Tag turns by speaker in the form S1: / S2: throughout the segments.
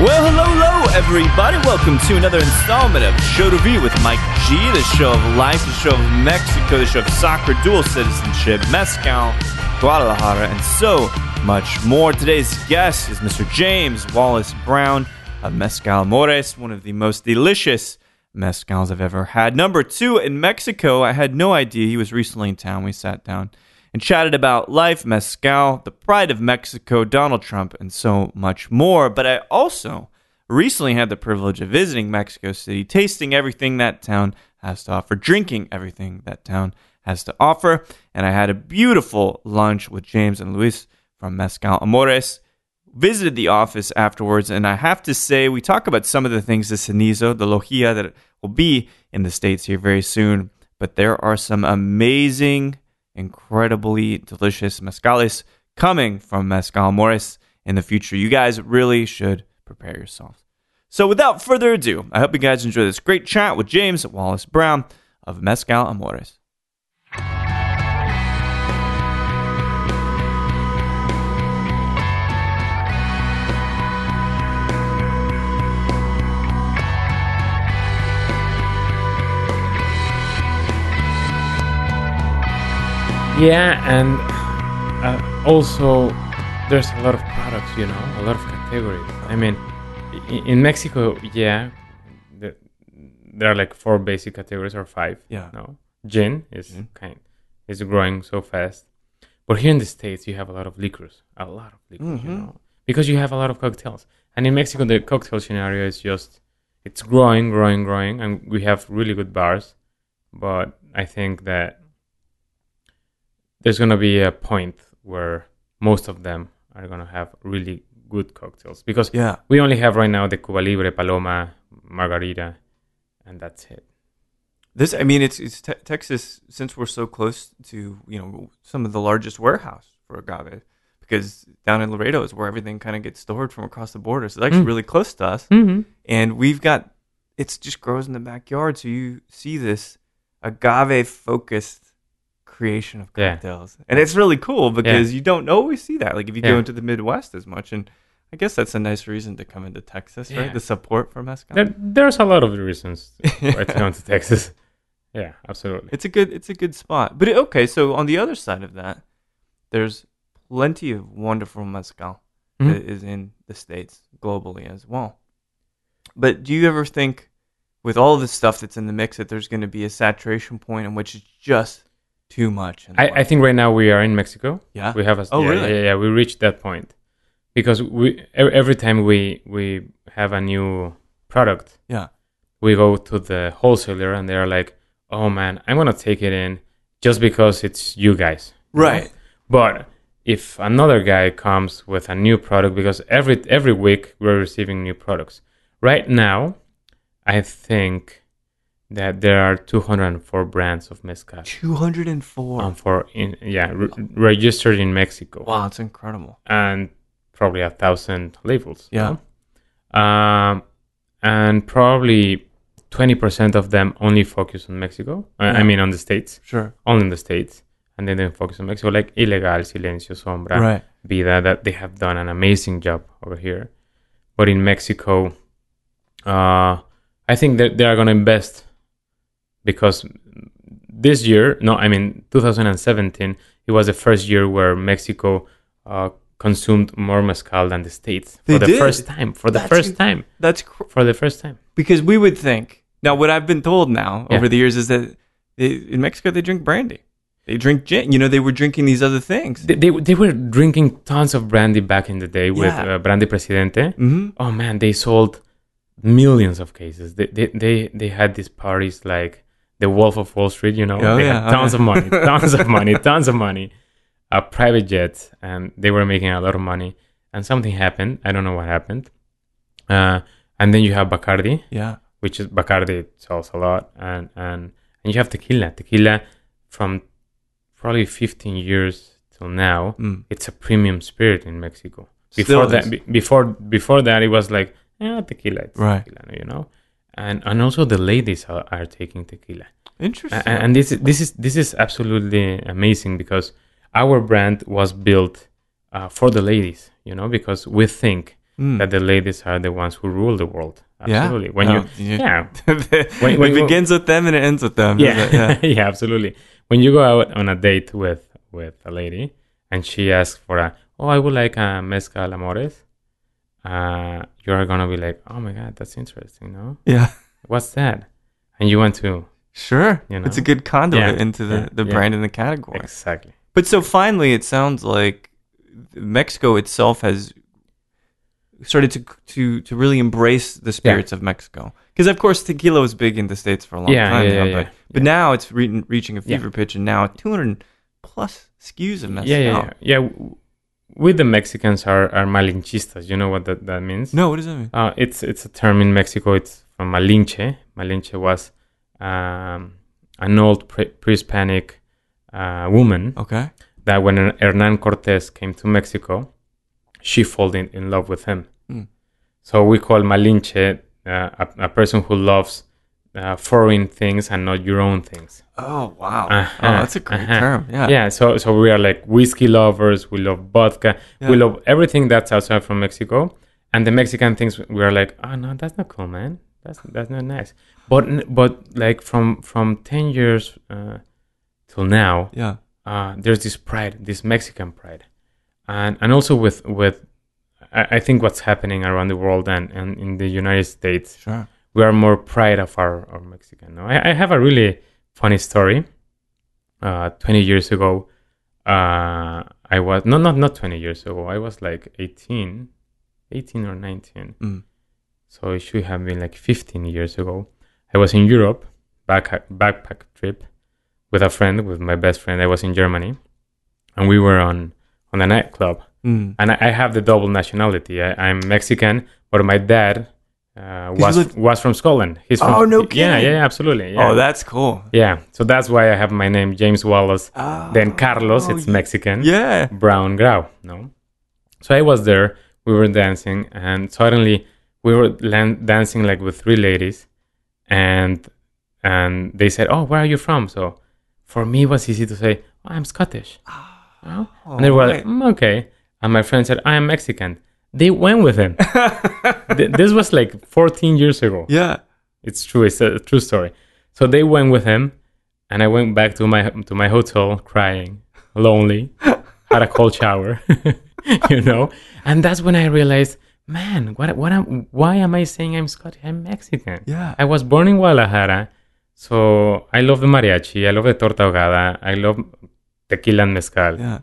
S1: Well, hello, hello, everybody. Welcome to another installment of Show to View with Mike G, the show of life, the show of Mexico, the show of soccer, dual citizenship, Mezcal, Guadalajara, and so much more. Today's guest is Mr. James Wallace Brown of Mezcal Mores, one of the most delicious mezcals I've ever had. Number two in Mexico. I had no idea he was recently in town. We sat down and chatted about life, mezcal, the pride of Mexico, Donald Trump, and so much more. But I also recently had the privilege of visiting Mexico City, tasting everything that town has to offer, drinking everything that town has to offer. And I had a beautiful lunch with James and Luis from Mezcal Amores visited the office afterwards, and I have to say, we talk about some of the things the Cenizo, the Logia that will be in the States here very soon, but there are some amazing, incredibly delicious mezcales coming from Mezcal Mores in the future. You guys really should prepare yourselves. So, without further ado, I hope you guys enjoy this great chat with James Wallace Brown of Mezcal Amores.
S2: Yeah, and uh, also there's a lot of products, you know, a lot of categories. I mean, in, in Mexico, yeah, the, there are like four basic categories or five.
S1: Yeah.
S2: no, gin is kind is growing so fast, but here in the states you have a lot of liquors, a lot of liquors, you know, because you have a lot of cocktails. And in Mexico, the cocktail scenario is just it's growing, growing, growing, and we have really good bars, but I think that there's gonna be a point where most of them are gonna have really good cocktails because
S1: Yeah.
S2: we only have right now the Cuba Libre, Paloma, Margarita, and that's it.
S1: This, I mean, it's it's te- Texas. Since we're so close to you know some of the largest warehouse for agave, because down in Laredo is where everything kind of gets stored from across the border. So it's
S2: Mm.
S1: actually really close to us,
S2: Mm-hmm.
S1: and we've got it's just grows in the backyard. So you see this agave focused creation of
S2: Yeah.
S1: cocktails, and it's really cool because you don't always see that. Like if you go
S2: Yeah.
S1: into the Midwest as much, and I guess that's a nice reason to come into Texas, right?
S2: Yeah.
S1: The support for mezcal.
S2: There, there's a lot of reasons why to come to Texas. Yeah, absolutely.
S1: It's a good it's a good spot. But it- okay, so on the other side of that, there's plenty of wonderful mezcal
S2: Mm-hmm.
S1: that is in the states globally as well. But do you ever think with all the stuff that's in the mix that there's going to be a saturation point in which it's just too much? in the
S2: I, I
S1: wild?
S2: think right now we are in Mexico.
S1: Yeah?
S2: We have a
S1: Oh,
S2: yeah,
S1: really?
S2: yeah, yeah, we reached that point because we ev- every time we we have a new product,
S1: yeah.
S2: we go to the wholesaler and they're like, "Oh man, I'm gonna take it in just because it's you guys." you know?
S1: Right.
S2: But if another guy comes with a new product, because every every week we're receiving new products. Right now, I think that there are 204 brands of mezcal
S1: 204.
S2: um, for in yeah re- registered in Mexico
S1: wow, it's incredible.
S2: and probably a thousand labels. you
S1: Yeah.
S2: know? Um, and probably twenty percent of them only focus on Mexico. I- I
S1: Yeah.
S2: mean, on the states,
S1: Sure.
S2: only in the states, and they didn't focus on Mexico. Like Ilegal, Silencio, Sombra,
S1: Right.
S2: Vida, that they have done an amazing job over here. But in Mexico, uh, I think that they are going to invest because this year, no, I mean 2017, it was the first year where Mexico uh, consumed more mezcal than the states for
S1: They
S2: the
S1: did?
S2: first time. For the
S1: That's
S2: first
S1: in-
S2: time.
S1: That's cr-
S2: For the first time.
S1: because we would think now what i've been told now
S2: Yeah.
S1: over the years is that they, in mexico they drink brandy they drink gin you know they were drinking these other things
S2: They, they, they were drinking tons of brandy back in the day with
S1: Yeah.
S2: uh, Brandy Presidente.
S1: mm-hmm.
S2: oh man they sold millions of cases they they they, they had these parties like the wolf of wall street you know
S1: Oh,
S2: they
S1: yeah,
S2: had
S1: oh,
S2: tons
S1: yeah.
S2: of money tons of money tons of money a private jet and they were making a lot of money and something happened i don't know what happened uh, and then you have Bacardi,
S3: Yeah.
S2: which is Bacardi sells a lot, and and and you have tequila. Tequila from probably 15 years till now,
S3: Mm.
S2: it's a premium spirit in Mexico.
S3: Still
S2: Before
S3: is.
S2: that, be, before before that, it was like eh, tequila, it's
S3: Right.
S2: tequila, you know. And, and also the ladies are, are taking tequila
S3: Interesting.
S2: and, and this is this is this is absolutely amazing because our brand was built uh, for the ladies you know because we think
S3: Mm.
S2: that the ladies are the ones who rule the world
S3: yeah.
S2: absolutely when
S3: No,
S2: you yeah When-
S3: it
S2: when you-
S3: begins with them and it ends with them.
S2: yeah
S3: Is it?
S2: yeah. absolutely when you go out on a date with with a lady and she asks for a oh i would like a mezcal amores uh, you're gonna be like oh my god that's interesting no
S3: Yeah.
S2: what's that and you want to
S3: Sure.
S2: You
S3: It's a
S2: know?
S3: good conduit
S2: Yeah,
S3: into the,
S2: yeah,
S3: the
S2: yeah.
S3: brand and the category.
S2: exactly
S3: But so finally, it sounds like Mexico itself has started to to to really embrace the spirits of Mexico. Because of course, tequila was big in the states for a long
S2: Yeah,
S3: time.
S2: yeah,
S3: now,
S2: yeah,
S3: but,
S2: yeah.
S3: but now it's re- reaching a
S2: Yeah.
S3: fever pitch, and now 200 plus SKUs of mezcal.
S2: yeah, yeah, yeah, yeah. w- We the Mexicans are, are malinchistas. You know what that, that means?
S3: No, what does that mean?
S2: Uh, it's it's a term in Mexico. It's from Malinche. Malinche was um, an old pre- pre-Hispanic uh, woman
S3: Okay.
S2: that when Hernan Cortes came to Mexico, she fell in, in love with him.
S3: Mm.
S2: So we call Malinche uh, a, a person who loves uh, foreign things and not your own things.
S3: Oh wow.
S2: Uh-huh,
S3: Oh, that's a great
S2: uh-huh.
S3: term. Yeah.
S2: yeah so so we are like whiskey lovers we love vodka we
S3: Yeah.
S2: love everything that's outside from mexico and the mexican things we are like oh no that's not cool man that's that's not nice but n- but like from from 10 years uh, till now
S3: Yeah.
S2: uh, there's this pride this mexican pride and and also with with I, I think what's happening around the world and, and in the united states
S3: Sure.
S2: we are more pride of our, our Mexican. No, I, I have a really funny story. Uh, 20 years ago, uh, I was no, not not 20 years ago. I was like 18, 18 or 19.
S3: Mm.
S2: So it should have been like 15 years ago. I was in Europe, back backpack trip with a friend, with my best friend. I was in Germany, and we were on on a nightclub
S3: Mm.
S2: and I, I have the double nationality. I, I'm Mexican, but my dad uh,
S3: you
S2: was
S3: look-
S2: was from Scotland. He's from,
S3: Oh, no
S2: Yeah,
S3: kidding.
S2: yeah, absolutely. Yeah.
S3: Oh, that's cool.
S2: yeah. So that's why I have my name James Wallace.
S3: Oh.
S2: then Carlos,
S3: oh,
S2: it's
S3: y-
S2: Mexican.
S3: Yeah.
S2: Brown Grau. No. So I was there. We were dancing, and suddenly we were lan- dancing like with three ladies, and and they said, "Oh, where are you from?" So for me, it was easy to say, "I'm Scottish." Oh. and they were like,
S3: right.
S2: "Mm, okay. And my friend said, I am Mexican. They went with him. Th- this was like 14 years ago.
S3: Yeah.
S2: It's true. It's a true story. So they went with him, and I went back to my to my hotel crying, lonely, had a cold shower, you know. And that's when I realized, man, what what am why am I saying I'm Scottish? I'm Mexican.
S3: Yeah.
S2: I was born in Guadalajara, so I love the mariachi. I love the torta ahogada. I love tequila and mezcal.
S3: Yeah.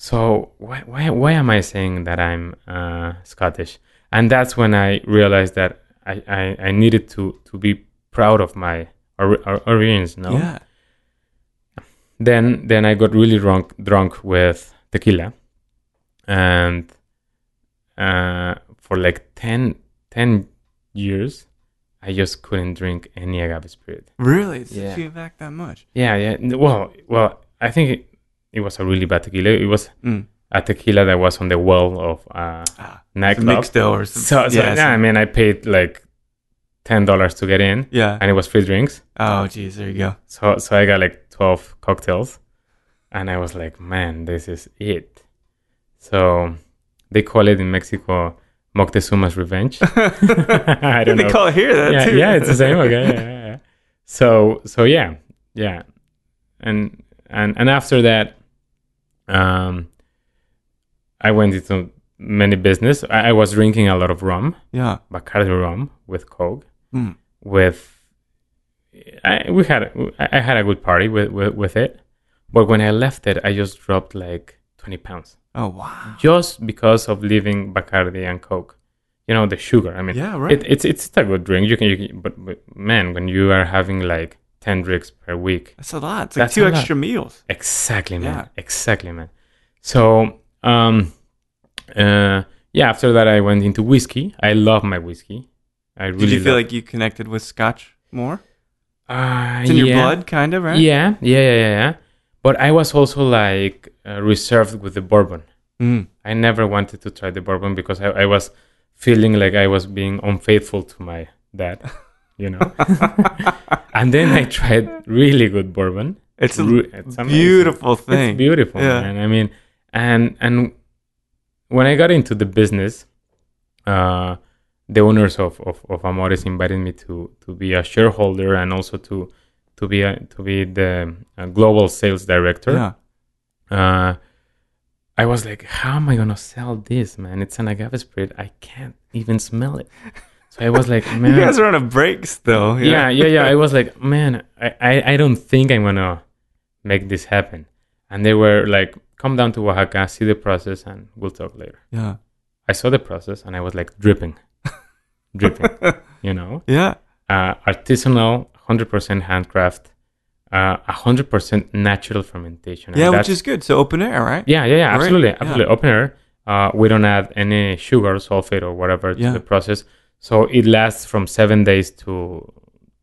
S2: So why why why am I saying that I'm uh, Scottish? And that's when I realized that I, I, I needed to, to be proud of my or, or, origins. No,
S3: Yeah.
S2: then then I got really drunk drunk with tequila, and uh, for like 10, 10 years, I just couldn't drink any agave spirit.
S3: Really? It's
S2: Yeah.
S3: yeah. you back that much?
S2: Yeah, yeah. N- Well, well, I think it, it was a really bad tequila. It was
S3: Mm.
S2: a tequila that was on the wall of uh,
S3: Ah, it's a
S2: nightclub.
S3: mixed dough or some-
S2: So, so yeah, I mean, I paid like ten dollars to get in,
S3: yeah.
S2: and it was free drinks.
S3: Oh, geez, there you go.
S2: So, so I got like twelve cocktails, and I was like, man, this is it. So, they call it in Mexico Moctezuma's revenge. I don't
S3: they
S2: know.
S3: call it here that
S2: yeah,
S3: too.
S2: yeah, it's the same. Okay, yeah, yeah, yeah. So, so yeah, yeah, and and and after that, um, I went into many business. I, I was drinking a lot of rum.
S3: yeah.
S2: Bacardi rum with Coke.
S3: Mm.
S2: With I we had I I had a good party with, with with it, but when I left it, I just dropped like twenty pounds
S3: Oh wow.
S2: just because of leaving Bacardi and Coke. You know the sugar. I mean,
S3: Yeah, right.
S2: It, it's it's a good drink. You can you can, but, but man, when you are having like ten drinks per week,
S3: That's a lot. It's like
S2: That's
S3: two
S2: a lot.
S3: extra meals.
S2: Exactly, man.
S3: Yeah.
S2: Exactly, man. So, um, uh, yeah. After that, I went into whiskey. I love my whiskey. I really
S1: Did you feel
S2: love-
S1: like you connected with Scotch more?
S2: uh,
S1: It's in your
S2: yeah.
S1: blood, kind of, right?
S2: Yeah, yeah, yeah, yeah, yeah. But I was also like uh, reserved with the bourbon.
S1: Mm.
S2: I never wanted to try the bourbon because I, I was feeling like I was being unfaithful to my dad, you know. and then I tried really good bourbon.
S1: It's a
S2: Ru- it's amazing.
S1: beautiful thing.
S2: It's beautiful,
S1: Yeah.
S2: man. I mean, and and when I got into the business, uh, the owners of, of, of Amores invited me to to be a shareholder and also to to be a, to be the uh, global sales director
S1: Yeah.
S2: uh, I was like, how am I gonna sell this, man? It's an agave spirit. I can't even smell it. So I was like, man,
S1: You guys are on a break still.
S2: yeah, yeah, yeah. I was like, man, I, I, I don't think I'm gonna make this happen. And they were like, come down to Oaxaca, see the process, and we'll talk later.
S1: Yeah.
S2: I saw the process, and I was like dripping, dripping. You know,
S1: Yeah.
S2: uh, artisanal, hundred percent handcraft, uh, hundred percent natural fermentation. And
S1: Yeah,
S2: that's-
S1: which is good. So open air, right?
S2: yeah, yeah, yeah,
S1: Right,
S2: absolutely,
S1: yeah.
S2: absolutely. Open air. Uh, we don't add any sugar, sulfate, or whatever
S1: Yeah.
S2: to the process, so it lasts from seven days to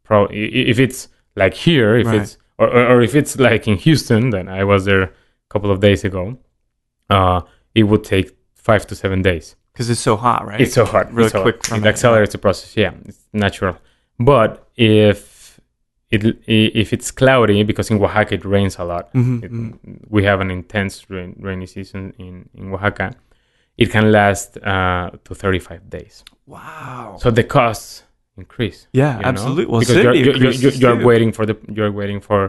S2: pro. i- i- If it's like here, if
S1: Right.
S2: it's or, or, or if it's like in Houston, then I was there a couple of days ago. Uh, it would take five to seven days.
S1: Because it's so hot, right?
S2: It's so hard,
S1: Really
S2: it's so
S1: quick
S2: hard.
S1: from
S2: It
S1: it.
S2: accelerates the process. Yeah, it's natural. But if it i- if it's cloudy, because in Oaxaca it rains a lot,
S1: Mhm,
S2: it-
S1: mhm.
S2: we have an intense rain, rainy season in, in Oaxaca, it can last uh, to 35 days.
S1: wow.
S2: So the costs increase.
S1: Yeah,
S2: you know?
S1: absolutely. Well,
S2: because you're,
S1: acidity
S2: you're, you're, you're,
S1: increases
S2: you're
S1: too.
S2: waiting for the you're waiting for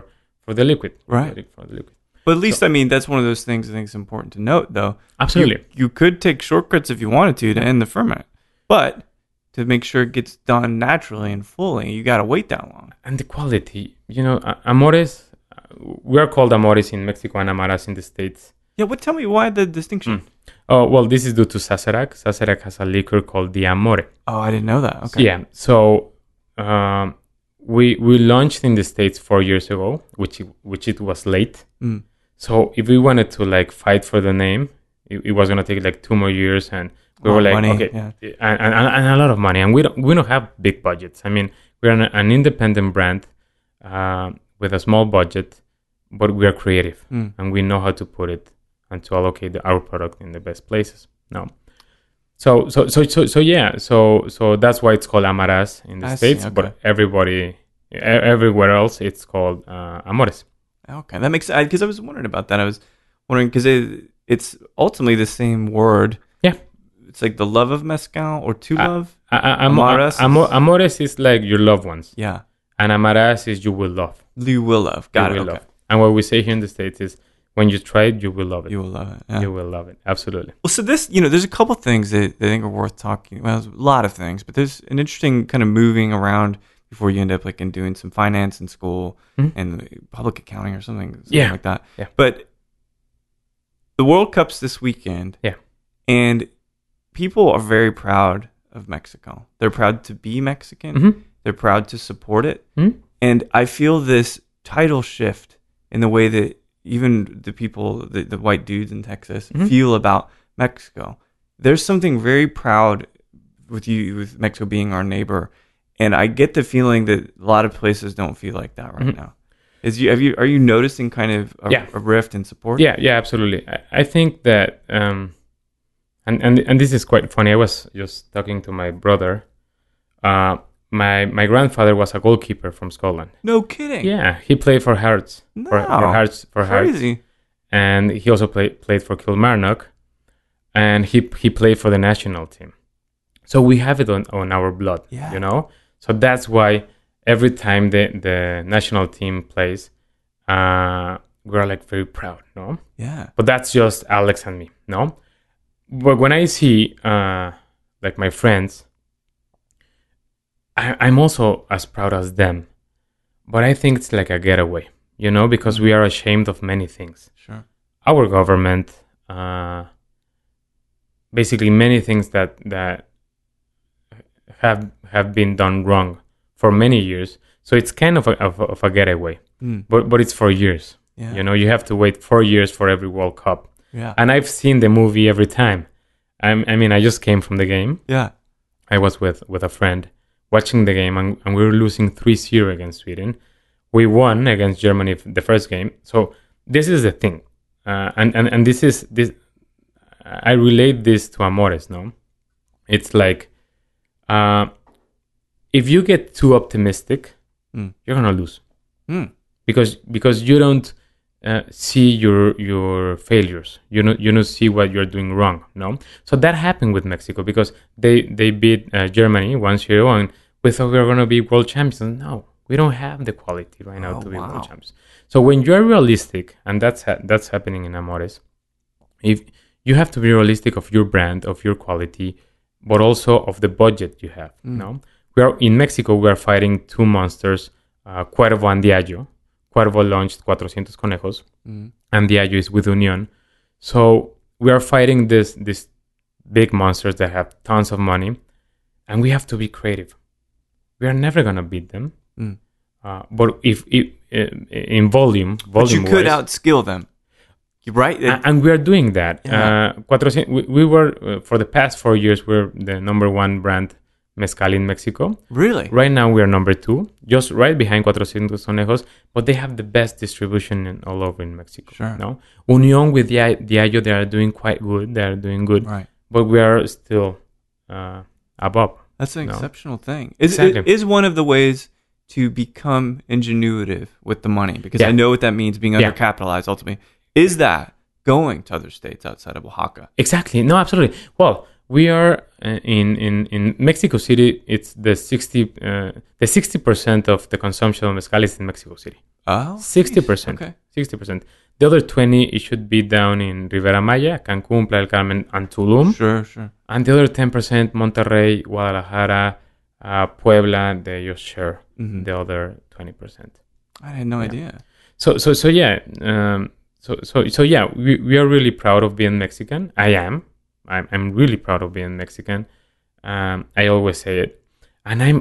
S2: for the liquid.
S1: Right.
S2: Waiting For the liquid.
S1: But at least, I mean, that's one of those things I think is important to note, though.
S2: Absolutely.
S1: You, you could take shortcuts if you wanted to to end the ferment, but to make sure it gets done naturally and fully, you got to wait that long.
S2: and the quality, you know, a- amores. uh, We are called amores in Mexico and amaras in the states.
S1: Yeah, but tell me why the distinction.
S2: Oh well, this is due to Sazerac. Sazerac has a liquor called the Amore.
S1: Oh, I didn't know that. Okay.
S2: Yeah. So um, we we launched in the states four years ago, which it- which it was late.
S1: Mm.
S2: So if we wanted to like fight for the name, it, it was gonna take like two more years, and we
S1: Lot
S2: were
S1: of
S2: like,
S1: money,
S2: okay,
S1: yeah.
S2: and, and, and a lot of money, and we don't we don't have big budgets. I mean, we're an, an independent brand uh, with a small budget, but we are creative
S1: Mm.
S2: and we know how to put it and to allocate the, our product in the best places. No. So so so so so yeah. So so that's why it's called Amaras in the
S1: I see,
S2: states,
S1: okay.
S2: but everybody e- everywhere else it's called uh, Amores.
S1: Okay, that makes because I, was wondering about that. I was wondering because it, it's ultimately the same word.
S2: Yeah.
S1: It's like the love of mezcal or to
S2: Uh,
S1: love.
S2: A- a- amo-
S1: Amaras
S2: amo- Amores is like your loved ones,
S1: Yeah.
S2: and Amaras is you will love.
S1: You will love. Got
S2: you
S1: it.
S2: will
S1: okay.
S2: love. And what we say here in the states is, when you try it, you will love it.
S1: You will love it. Yeah.
S2: You will love it. Absolutely.
S1: Well, so this, you know, there's a couple things that I think are worth talking. Well, there's a lot of things, but there's an interesting kind of moving around before you end up like in doing some finance in school
S2: Mhm.
S1: and public accounting or something, something
S2: Yeah.
S1: like that.
S2: Yeah.
S1: But the World Cup's this weekend.
S2: Yeah.
S1: And people are very proud of Mexico. They're proud to be Mexican.
S2: Mhm.
S1: They're proud to support it.
S2: Mhm.
S1: And I feel this title shift in the way that even the people, the, the white dudes in Texas,
S2: Mhm.
S1: feel about Mexico. There's something very proud with you, with Mexico being our neighbor. And I get the feeling that a lot of places don't feel like that right now. Is you, have you, are you noticing kind of a,
S2: Mm-hmm. Yeah.
S1: a rift in support?
S2: Yeah, yeah, absolutely. I, I think that, um, and and and this is quite funny. I was just talking to my brother. Uh, my my grandfather was a goalkeeper from Scotland.
S1: No kidding.
S2: Yeah, he played for Hearts. For,
S1: No.
S2: for Hearts for Hearts,
S1: Crazy.
S2: and he also played played for Kilmarnock, and he he played for the national team. So we have it on, on our blood,
S1: Yeah.
S2: you know. So that's why every time the the national team plays, uh, we're like very proud, no?
S1: Yeah.
S2: but that's just Alex and me, no? But when I see uh, like my friends, I, I'm also as proud as them. But I think it's like a getaway, you know, because we are ashamed of many things.
S1: Sure.
S2: Our government, uh, basically, many things that that have have been done wrong for many years. So it's kind of a, of, a- of a getaway,
S1: Mm.
S2: but but it's for years.
S1: Yeah.
S2: You know, you have to wait four years for every World Cup.
S1: Yeah.
S2: And I've seen the movie every time. I'm, I mean, I just came from the game.
S1: yeah.
S2: I was with, with a friend. watching the game, and, and we were losing 3-0 against Sweden. We won against Germany f- the first game. So this is the thing, uh, and, and and this is this. I relate this to Amores. No, it's like uh, if you get too optimistic,
S1: Mm.
S2: you're gonna lose
S1: Mm.
S2: because because you don't uh, see your your failures. You know you don't see what you're doing wrong. No, so that happened with Mexico because they they beat uh, Germany one zero and we thought we were gonna be world champions. No, we don't have the quality right now
S1: Oh,
S2: to be
S1: wow.
S2: world champions. So when you're realistic, and that's ha- that's happening in Amores, if you have to be realistic of your brand, of your quality, but also of the budget you have.
S1: Mm.
S2: No, we are in Mexico. We are fighting two monsters, uh, Cuervo and Diageo. Cuervo launched 400 Conejos,
S1: Mm.
S2: and Diageo is with Union. So we are fighting this these big monsters that have tons of money, and we have to be creative. We are never gonna beat them.
S1: Mm.
S2: Uh, but if, if uh, in volume, volume
S1: But you could
S2: wise,
S1: outskill them, You- right?
S2: a- and we are doing that.
S1: Yeah.
S2: Uh, 400 we, we were uh, for the past four years we're the number one brand mezcal in Mexico.
S1: really?
S2: Right now we are number two, just right behind 400 Conejos, but they have the best distribution in, all over in Mexico.
S1: Sure.
S2: No, Union with the Diageo, they are doing quite good. They are doing good,
S1: Right.
S2: but we are still uh, above.
S1: That's an
S2: No.
S1: exceptional thing. Is it
S2: Exactly.
S1: is one of the ways to become ingenuitive with the money because I
S2: Yeah.
S1: know what that means being
S2: Yeah.
S1: undercapitalized ultimately. Is that going to other states outside of Oaxaca?
S2: Exactly. No, absolutely. Well, we are uh, in in in Mexico City. It's the sixty uh, the sixty percent of the consumption of mezcal is in Mexico City.
S1: Oh,
S2: Sixty percent.
S1: okay.
S2: Sixty percent. The other twenty, it should be down in Rivera Maya, Cancun, Playa del Carmen, and Tulum.
S1: sure, sure.
S2: And the other ten percent, Monterrey, Guadalajara, uh, Puebla. They just share
S1: Mhm.
S2: the other twenty percent.
S1: I had no idea.
S2: So so so yeah. Um, so so so yeah. We, we are really proud of being Mexican. I am. I'm I'm really proud of being Mexican. Um, I always say it, and I'm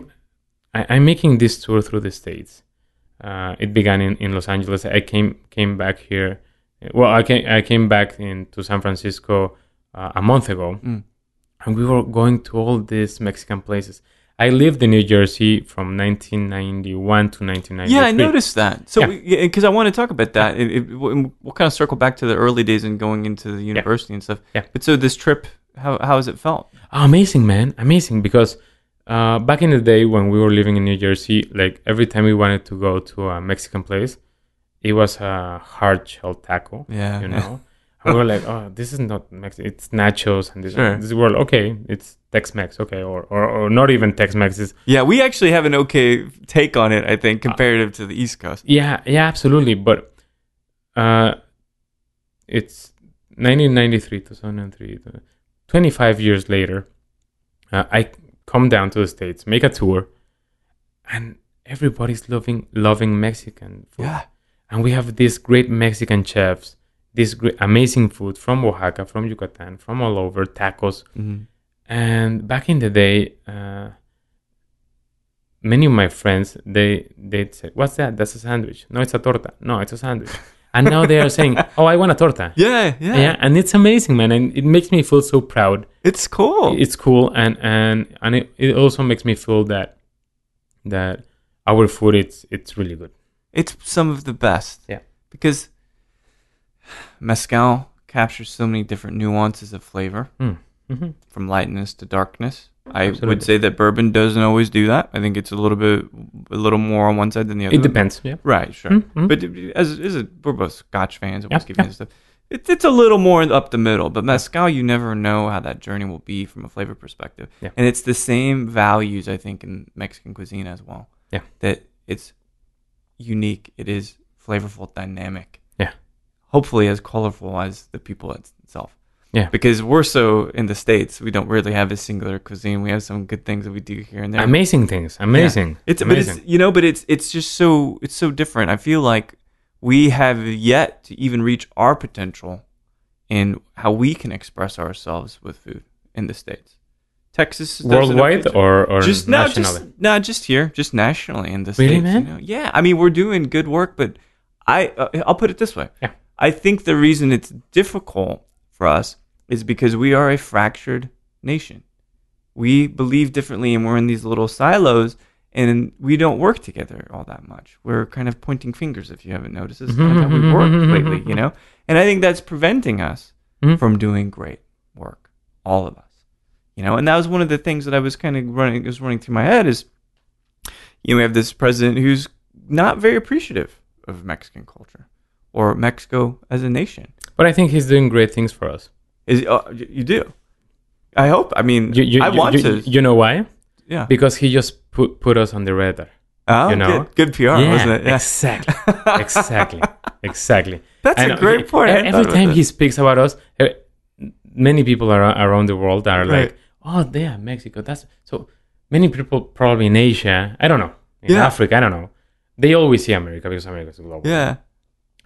S2: I, I'm making this tour through the states. Uh, it began in, in Los Angeles. I came came back here. Well, I came I came back in to San Francisco uh, a month ago,
S1: Mm.
S2: and we were going to all these Mexican places. I lived in New Jersey from 1991 to 1993.
S1: Yeah, I noticed that. So,
S2: Yeah.
S1: because I want to talk about that, it, it, we'll we'll kind of circle back to the early days and going into the university and stuff.
S2: Yeah.
S1: But so this trip, how how has it felt?
S2: Ah, amazing man amazing because uh, back in the day when we were living in new jersey like every time we wanted to go to a mexican place it was a hard shell taco
S1: Yeah,
S2: you
S1: yeah.
S2: know and we were like oh this is not mexican it's nachos and this,
S1: Sure.
S2: this world okay it's tex-mex okay or, or, or not even tex-mex is
S1: Yeah, we actually have an okay take on it, I think,
S2: Ah.
S1: comparative to the East Coast.
S2: yeah yeah absolutely but uh it's 1993 2003 25 years later uh, i come down to the states make a tour and everybody's loving loving mexican food
S1: Yeah.
S2: and we have these great mexican chefs this great, amazing food from oaxaca from yucatan from all over tacos
S1: Mm-hmm.
S2: and back in the day uh, many of my friends they they say what's that that's a sandwich no it's a torta no it's a sandwich and now they are saying oh i want a torta
S1: Yeah, yeah,
S2: yeah and it's amazing man and it makes me feel so proud
S1: It's cool.
S2: it's cool and and and it, it also makes me feel that that our food it's it's really good
S1: It's some of the best.
S2: Yeah.
S1: Because mezcal captures so many different nuances of flavor,
S2: Mm. Mhm.
S1: from lightness to darkness. I would
S2: Absolutely.
S1: say that bourbon doesn't always do that. I think it's a little bit, a little more on one side than the other.
S2: it depends yeah
S1: Right, sure.
S2: Mhm.
S1: But as, as a, we're both Scotch fans and
S2: Yeah,
S1: whiskey fans and stuff, it, it's a little more up the middle. But mezcal, you never know how that journey will be from a flavor perspective.
S2: Yeah.
S1: And it's the same values, I think, in Mexican cuisine as well.
S2: Yeah.
S1: That it's unique, it is flavorful, dynamic.
S2: Yeah.
S1: Hopefully, as colorful as the people it's- itself.
S2: Yeah.
S1: Because we're so in the States, we don't really have a singular cuisine. We have some good things that we do here and there.
S2: amazing things amazing
S1: Yeah. It's
S2: amazing
S1: but it's you know, but it's it's just so it's so different. I feel like we have yet to even reach our potential in how we can express ourselves with food in the states. Texas doesn't have
S2: worldwide
S1: kitchen-
S2: or or
S1: just no,
S2: nationally
S1: just no, just here, just nationally in the
S2: Really,
S1: states.
S2: man?
S1: You know? Yeah, I mean we're doing good work, but I uh, I'll put it this way.
S2: Yeah.
S1: I think the reason it's difficult for us is because we are a fractured nation. we believe differently and we're in these little silos and we don't work together all that much. We're kind of pointing fingers if you haven't noticed. This is kind of how
S2: Mm-hmm.
S1: we work lately, you know? And I think that's preventing us
S2: Mhm.
S1: from doing great work, all of us. You know, and that was one of the things that I was kind of running was running through my head is you know, we have this president who's not very appreciative of Mexican culture or Mexico as a nation.
S2: But I think he's doing great things for us.
S1: Is uh, y- you do. I hope. I mean,
S2: You, you,
S1: I
S2: you-
S1: want
S2: you,
S1: to.
S2: You know why?
S1: yeah.
S2: Because he just put, put us on the radar.
S1: oh,
S2: you know.
S1: good. Good PR, wasn't it? Yeah.
S2: Exactly. exactly. Exactly.
S1: That's
S2: I
S1: a
S2: know.
S1: great
S2: He-
S1: point. I hadn't
S2: Every
S1: thought about
S2: time
S1: that.
S2: he speaks about us, eh, many people around, around the world are
S1: Right.
S2: like, "Oh, yeah, Mexico." That's so many people probably in Asia. I don't know. In
S1: Yeah.
S2: Africa, I don't know. They always see America because America is global.
S1: Yeah.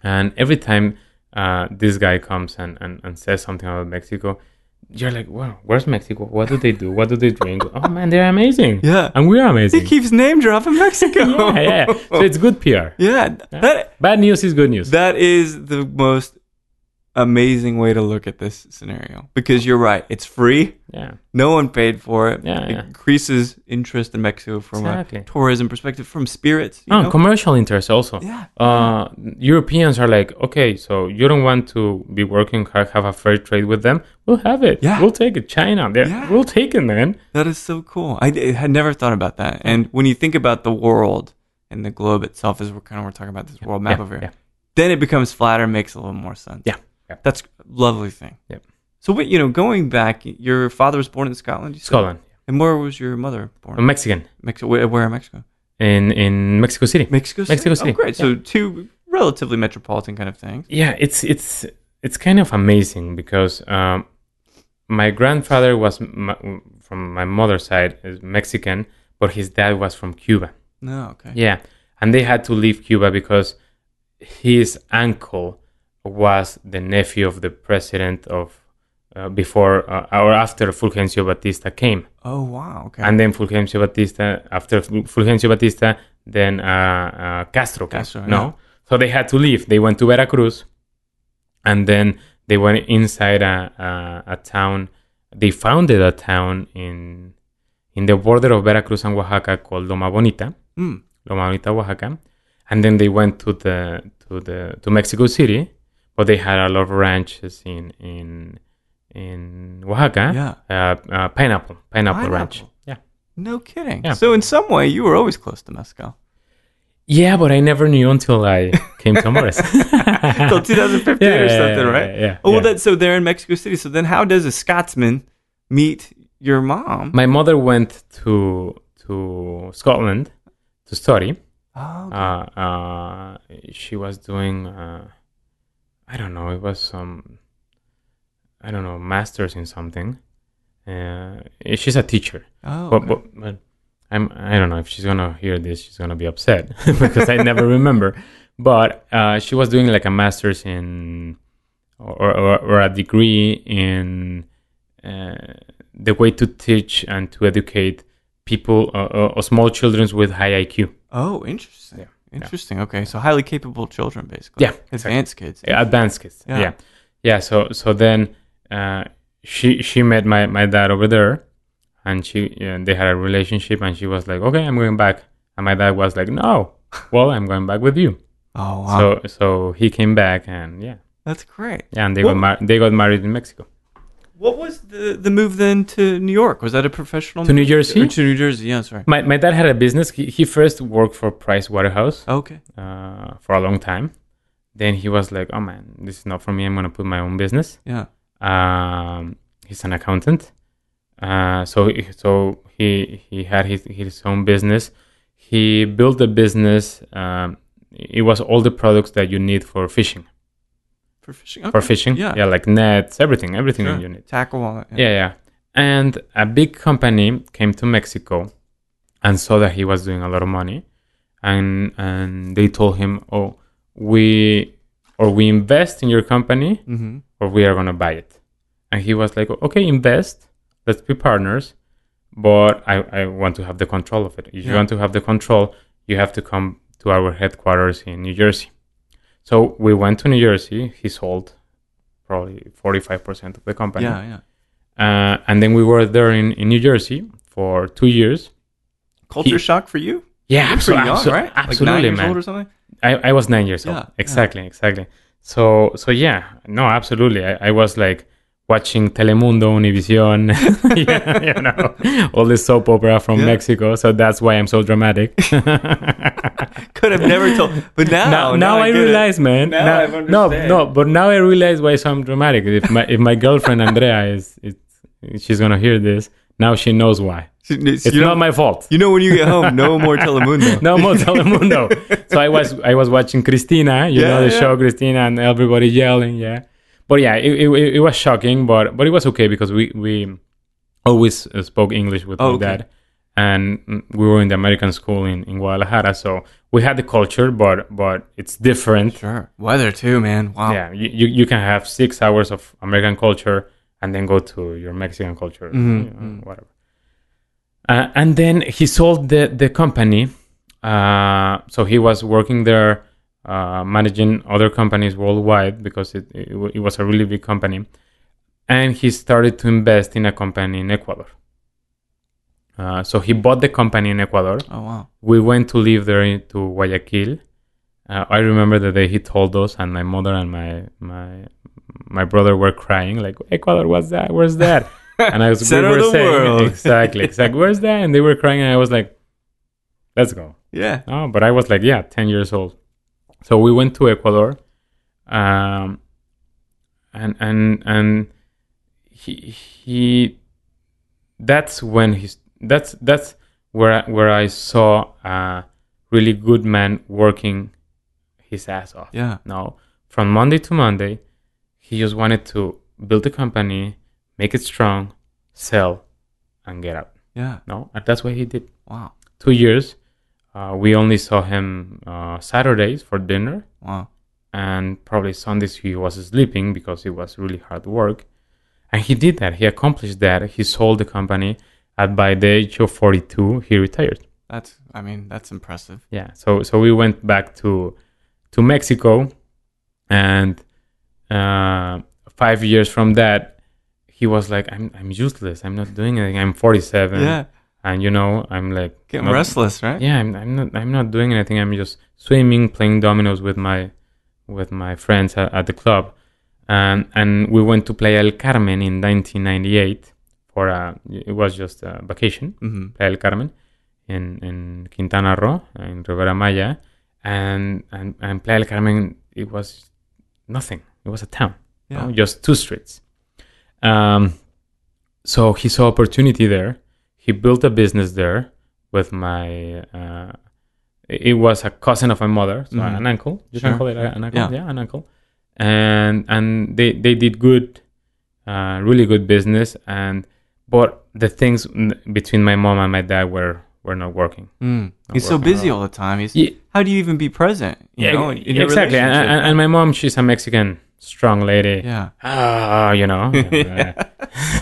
S2: And every time uh, this guy comes and, and, and says something about Mexico, you're like, wow, where's Mexico? What do they do? What do they drink? oh man, they're amazing.
S1: Yeah.
S2: And we're
S1: He
S2: amazing.
S1: keeps name dropping Mexico.
S2: yeah, yeah. So it's good PR.
S1: Yeah, That
S2: Bad news is good news.
S1: that is the most amazing way to look at this scenario because you're right. It's free.
S2: yeah.
S1: No one paid for it.
S2: Yeah,
S1: it
S2: yeah.
S1: increases interest in Mexico from a
S2: Exactly.
S1: tourism perspective, from spirits. You
S2: Oh,
S1: know?
S2: commercial interest also.
S1: Yeah.
S2: Uh, Europeans are like, okay, so you don't want to be working hard, have a fair trade with them. We'll have it.
S1: Yeah.
S2: We'll take it. China, they're-
S1: Yeah.
S2: we'll take it, man.
S1: That is so cool. I, d- had never thought about that. And when you think about the world and the globe itself, as we're kind of we're talking about this world map
S2: yeah,
S1: over here,
S2: yeah.
S1: then it becomes flatter, makes a little more sense.
S2: Yeah, yeah.
S1: that's a lovely thing.
S2: Yep.
S1: So, what you know, going back, your father was born in Scotland. You said?
S2: Scotland, Um,
S1: And where was your mother
S2: a
S1: born?
S2: Mexican
S1: Mexico. Where, where in Mexico?
S2: in in Mexico City.
S1: Mexico City.
S2: Mexico City,
S1: Oh, great. So two relatively metropolitan kind of things.
S2: yeah it's it's it's kind of amazing because um, my grandfather was m from my mother's side is mexican but his dad was from cuba
S1: No. Okay.
S2: yeah and they had to leave cuba because his uncle was the nephew of the president of uh, before uh, or after fulgencio batista came
S1: Oh wow. Okay.
S2: and then Fulgencio Batista. After Ful- Fulgencio Batista, then uh, uh, Castro. came,
S1: Castro,
S2: no,
S1: yeah.
S2: so they had to leave. They went to Veracruz, and then they went inside a, a, a town. They founded a town in in the border of Veracruz and Oaxaca called Loma Bonita,
S1: Mm.
S2: Loma Bonita, Oaxaca, and then they went to the to the to Mexico City, but they had a lot of ranches in in in Oaxaca.
S1: Yeah.
S2: Uh, uh, pineapple, pineapple ranch.
S1: Pineapple.
S2: Yeah.
S1: No kidding.
S2: Yeah.
S1: So in some way, you were always close to Mezcal.
S2: Yeah, but I never knew until I came to Amores.
S1: Till 2015
S2: Yeah,
S1: or
S2: yeah,
S1: something,
S2: yeah,
S1: right?
S2: yeah, yeah,
S1: Oh, well,
S2: yeah.
S1: that so they're in Mexico City. So then, how does a Scotsman meet your mom?
S2: My mother went to to Scotland to study.
S1: Oh, okay.
S2: Uh, uh, she was doing, uh, I don't know, it was some, I don't know, masters in something. Uh, she's a teacher.
S1: oh,
S2: But,
S1: okay.
S2: but, but I'm, I don't know if she's gonna hear this. She's gonna be upset because I never remember. But uh, she was doing like a master's in or or, or a degree in uh, the way to teach and to educate people uh, or, or small children with high IQ,
S1: oh, interesting.
S2: Yeah.
S1: Interesting. Okay, so highly capable children, basically.
S2: Yeah,
S1: advanced kids.
S2: Yeah, advanced kids.
S1: Yeah.
S2: Yeah, yeah. so so then uh, she she met my my dad over there, and she and they had a relationship, and she was like, okay, I'm going back, and my dad was like, no, well, I'm going back with you.
S1: Oh, wow,
S2: So so he came back and yeah,
S1: that's great.
S2: yeah, and they
S1: Well-
S2: got mar- they got married in Mexico
S1: What was the the move then to New York? Was that a professional
S2: to New
S1: move?
S2: Jersey.
S1: Or to New Jersey? Yeah, sorry.
S2: My my dad had a business. He, he first worked for Price Waterhouse
S1: Okay.
S2: uh, for a long time. Then he was like, oh man, this is not for me. I'm gonna put my own business.
S1: Yeah.
S2: Um, he's an accountant. Uh, so so he he had his his own business. He built a business. Um, it was all the products that you need for fishing.
S1: For fishing. Okay.
S2: For fishing,
S1: Yeah.
S2: yeah, like nets, everything, everything
S1: Sure.
S2: you need.
S1: Tackle wallet.
S2: Yeah, yeah. And a big company came to Mexico and saw that he was doing a lot of money, and and they told him, "Oh, we or we invest in your company,
S1: Mm-hmm.
S2: or we are gonna buy it." And he was like, "Okay, invest. Let's be partners, but I I want to have the control of it. If you
S1: Yeah.
S2: want to have the control, you have to come to our headquarters in New Jersey." So we went to New Jersey. He sold probably forty five percent of the company
S1: Yeah, yeah.
S2: Uh, and then we were there in, in New Jersey for two years.
S1: Culture
S2: He-
S1: shock for you?
S2: Yeah,
S1: You're
S2: abso-
S1: pretty young,
S2: abso-
S1: right? like nine
S2: Absolutely,
S1: years
S2: man.
S1: old or something?
S2: I, I was nine years
S1: Yeah,
S2: old.
S1: yeah.
S2: Exactly, exactly. So so yeah, no, absolutely. I, I was like watching Telemundo, Univision, you know, all this soap opera from
S1: Yeah.
S2: Mexico. So that's why I'm so dramatic.
S1: Could have never told. But Oh, now,
S2: now, now I,
S1: get it.
S2: realize, man.
S1: Now I
S2: no,
S1: understand.
S2: no, but now I realize why so I'm dramatic. If my if my girlfriend Andrea is, is she's gonna hear this. Now she knows why.
S1: So it's-
S2: It's
S1: you, know,
S2: not my fault.
S1: you know when you get home, no more Telemundo.
S2: No more Telemundo. so I was I was watching Christina, you
S1: Yeah,
S2: know the
S1: yeah.
S2: show Christina, and everybody yelling, yeah. But yeah, it, it, it was shocking, but but it was okay because we we always uh, spoke English with
S1: Oh,
S2: my
S1: okay.
S2: dad, and mm, we were in the American school in, in Guadalajara, so we had the culture, but but it's different.
S1: Sure. Weather too, man. Wow.
S2: Yeah, you, you you can have six hours of American culture and then go to your Mexican culture, you know, whatever. Uh, and then he sold the the company, uh, so he was working there, uh, managing other companies worldwide because it, it wa- it was a really big company, and he started to invest in a company in Ecuador. Uh, so he bought the company in Ecuador
S1: Oh wow.
S2: we went to live there in, to Guayaquil. Uh, I remember the day he told us, and my mother and my my my brother were crying, like Ecuador, what's that? Where's that? And I was
S1: Center of
S2: were
S1: the world.
S2: exactly, exactly, where's that? And they were crying, and I was like, let's go.
S1: Yeah.
S2: Oh, but I was like, yeah, 10 years old. So we went to Ecuador. Um, and, and, and he, he, that's when he's, that's, that's where, I- where I saw a really good man working his ass off.
S1: Yeah.
S2: No, from Monday to Monday, he just wanted to build a company, make it strong, sell, and get out.
S1: Yeah.
S2: No, and that's what he did
S1: Wow.
S2: two years. Uh, we only saw him uh, Saturdays for dinner,
S1: Wow.
S2: and probably Sundays he was sleeping because it was really hard work. And he did that. He accomplished that. He sold the company, and by the age of 42, he retired.
S1: That's I mean, that's impressive.
S2: Yeah. So so we went back to to Mexico, and uh, five years from that, he was like, "I'm I'm useless. I'm not doing anything. I'm 47,
S1: Yeah.
S2: and you know, I'm like
S1: Getting
S2: not-
S1: restless, right?
S2: yeah I'm, I'm not i'm not doing anything i'm just swimming playing dominoes with my with my friends at, at the club and and we went to play el carmen in 1998 for a it was just a vacation
S1: Mm-hmm.
S2: play el carmen in in quintana roo in rivera maya and and, and play el carmen it was nothing it was a town you
S1: Yeah.
S2: know, Oh, just two streets um so he saw opportunity there he built a business there with my uh, it it was a cousin of my mother so
S1: Mhm.
S2: an uncle you
S1: Sure.
S2: can call it an uncle
S1: Yeah.
S2: yeah, an uncle and and they they did good uh, really good business and but the things n- between my mom and my dad were were not working
S1: Mm. He's so
S2: working
S1: busy
S2: out.
S1: all the time. He's
S2: Yeah.
S1: how do you even be present? You know, oh, in, in your
S2: exactly and,
S1: relationship?
S2: and, and my mom she's a mexican strong lady
S1: yeah.
S2: ah you know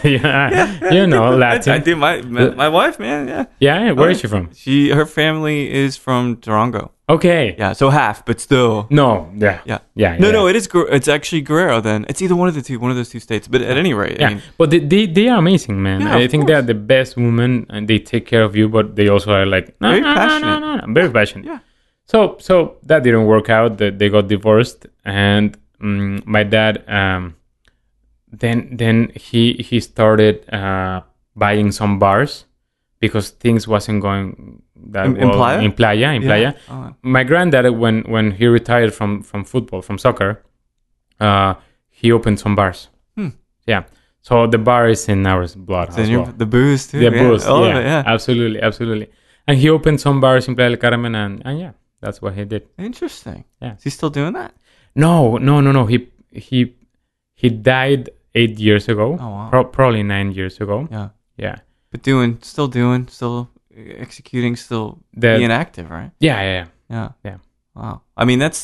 S2: yeah you know latin
S1: I, I do my, my my wife, man. Yeah.
S2: yeah where
S1: Oh,
S2: is she from
S1: She her family is from Durango.
S2: okay
S1: Yeah, so half, but still.
S2: no yeah
S1: Yeah.
S2: yeah
S1: No,
S2: yeah.
S1: no, it is. Guer- It's actually Guerrero. Then it's either one of the two, one of those two states. But at any rate, I
S2: Yeah,
S1: mean,
S2: but they, they, they are amazing, man.
S1: Yeah,
S2: I
S1: of
S2: think they are the best women, and they take care of you, but they also are like no,
S1: Very
S2: no, no,
S1: passionate.
S2: No, no, no, very passionate.
S1: Yeah.
S2: So so that didn't work out. That they got divorced, and mm, my dad um, then then he he started uh, buying some bars because things wasn't going that
S1: In- in
S2: well
S1: Playa?
S2: in Playa in
S1: yeah.
S2: Playa
S1: Oh,
S2: my granddad when when he retired from from football from soccer uh he opened some bars
S1: Hmm.
S2: yeah so the bar is in our blood
S1: then
S2: as
S1: you're,
S2: well
S1: the booze too.
S2: the booze
S1: all of
S2: yeah,
S1: it, yeah.
S2: absolutely absolutely and he opened some bars in Playa del Carmen and, and yeah that's what he did
S1: Interesting.
S2: Uh, Yeah.
S1: Is he still doing that?
S2: no no no no he he he died 8 years ago
S1: Oh, wow.
S2: pro- probably 9 years ago
S1: Yeah.
S2: yeah
S1: But doing, still doing, still executing, still
S2: The-
S1: being active, right?
S2: yeah yeah, yeah.
S1: Yeah.
S2: Yeah.
S1: Wow. I mean, that's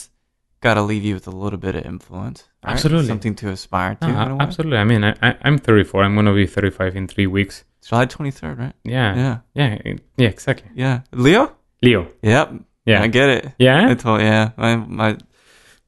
S1: got to leave you with a little bit of influence. right?
S2: Absolutely.
S1: Something to aspire to.
S2: No,
S1: in a
S2: a-
S1: way.
S2: Uh, absolutely i mean I, I i'm 34 i'm going to be 35 in 3 weeks
S1: July 23rd, right?
S2: yeah yeah
S1: Yeah.
S2: yeah, yeah exactly
S1: Yeah. Leo?
S2: leo
S1: Yep.
S2: yeah
S1: I get it.
S2: Yeah.
S1: I told, yeah. My, my,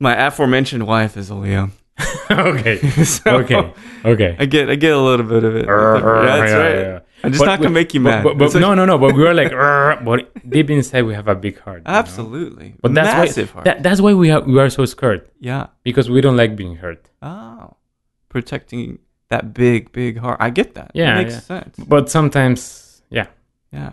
S1: my aforementioned wife is a Leo.
S2: okay.
S1: So,
S2: okay. Okay.
S1: I get I get a little bit of it. yeah, that's
S2: Yeah,
S1: right.
S2: yeah, yeah.
S1: I'm just
S2: But
S1: not gonna
S2: we-
S1: make you mad.
S2: But, but,
S1: It's like-
S2: no, no, no. But we are like, "Arr," but deep inside we have a big heart. you know?
S1: Absolutely.
S2: But that's
S1: massive
S2: why
S1: heart.
S2: That, that's why we are we are so scared
S1: yeah.
S2: because we don't like being hurt.
S1: Oh. Protecting that big, big heart. I get that.
S2: Yeah,
S1: It makes
S2: yeah.
S1: sense.
S2: But sometimes, yeah,
S1: Yeah.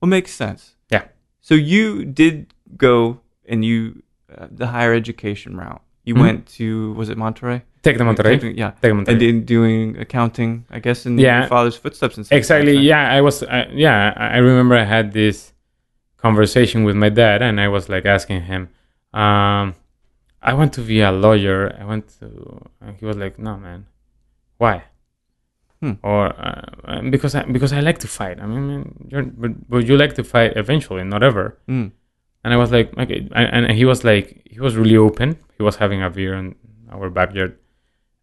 S1: Well makes sense.
S2: Yeah.
S1: So you did go and you uh, the higher education route. You
S2: Mhm.
S1: went to was it Monterey?
S2: take the Monterey.
S1: Techni- Yeah.
S2: Take the Monterey.
S1: And then doing accounting, I guess, in
S2: Yeah.
S1: your father's footsteps and stuff. like
S2: exactly.
S1: that.
S2: Yeah, I was. I, yeah, I I remember I had this conversation with my dad, and I was like asking him, um, "I want to be a lawyer. I want to." And he was like, "No, man, why?"
S1: Hmm.
S2: Or uh, um, because I because I like to fight. I mean, you're, but, but you like to fight eventually, not ever.
S1: Mm.
S2: And I was like, okay. And, and he was like, he was really open. He was having a beer in our backyard,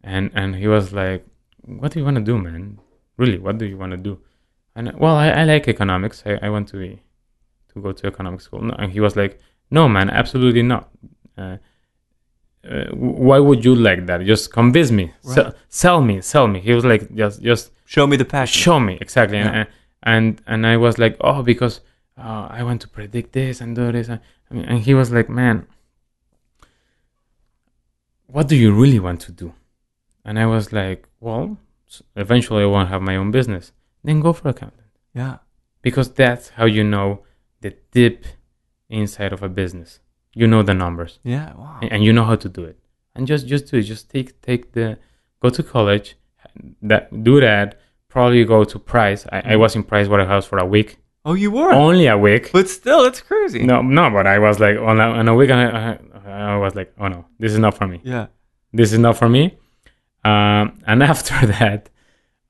S2: and and he was like, "What do you want to do, man? Really, what do you want to do?" And well, I, I like economics. I, I want to be to go to economic school. No, and he was like, "No, man, absolutely not. Uh, uh, why would you like that? Just convince me, sell, sell me, sell me." He was like, "Just, just
S1: Show me the passion.
S2: Uh, show me exactly and,
S1: Yeah.
S2: and and and i was like oh because uh, i want to predict this and do this and, I mean, and he was like man what do you really want to do and i was like well s- eventually i want to have my own business then go for accountant
S1: Yeah.
S2: because that's how you know the deep inside of a business you know the numbers
S1: Yeah. Wow.
S2: and, and you know how to do it and just just do it just take take the go to college that do that probably go to price i, I was in price waterhouse for a week
S1: Oh, you were.
S2: only a week
S1: But still, it's crazy.
S2: no no but i was like on a, on a week and I, I, I was like oh no this is not for me
S1: Yeah.
S2: this is not for me um, and after that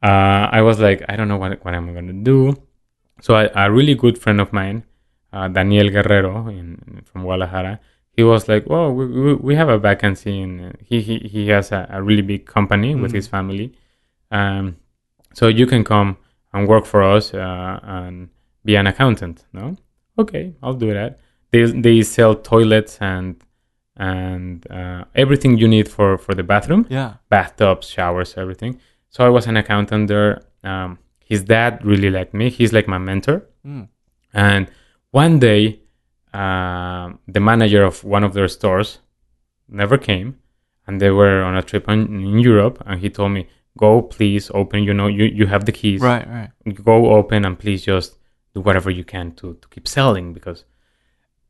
S2: uh, i was like i don't know what, what i'm gonna do so I, a really good friend of mine uh, daniel guerrero in, from guadalajara he was like well we, we, we have a vacancy and he, he, he has a, a really big company with his family um, so you can come and work for us uh, and be an accountant no okay i'll do that they, they sell toilets and and uh, everything you need for for the bathroom
S1: Yeah.
S2: bathtubs showers everything so i was an accountant there um, his dad really liked me he's like my mentor
S1: Mm.
S2: and one day um, the manager of one of their stores never came and they were on a trip on, in europe and he told me go please open you know you, you have the keys
S1: Right. Right.
S2: go open and please just do whatever you can to, to keep selling because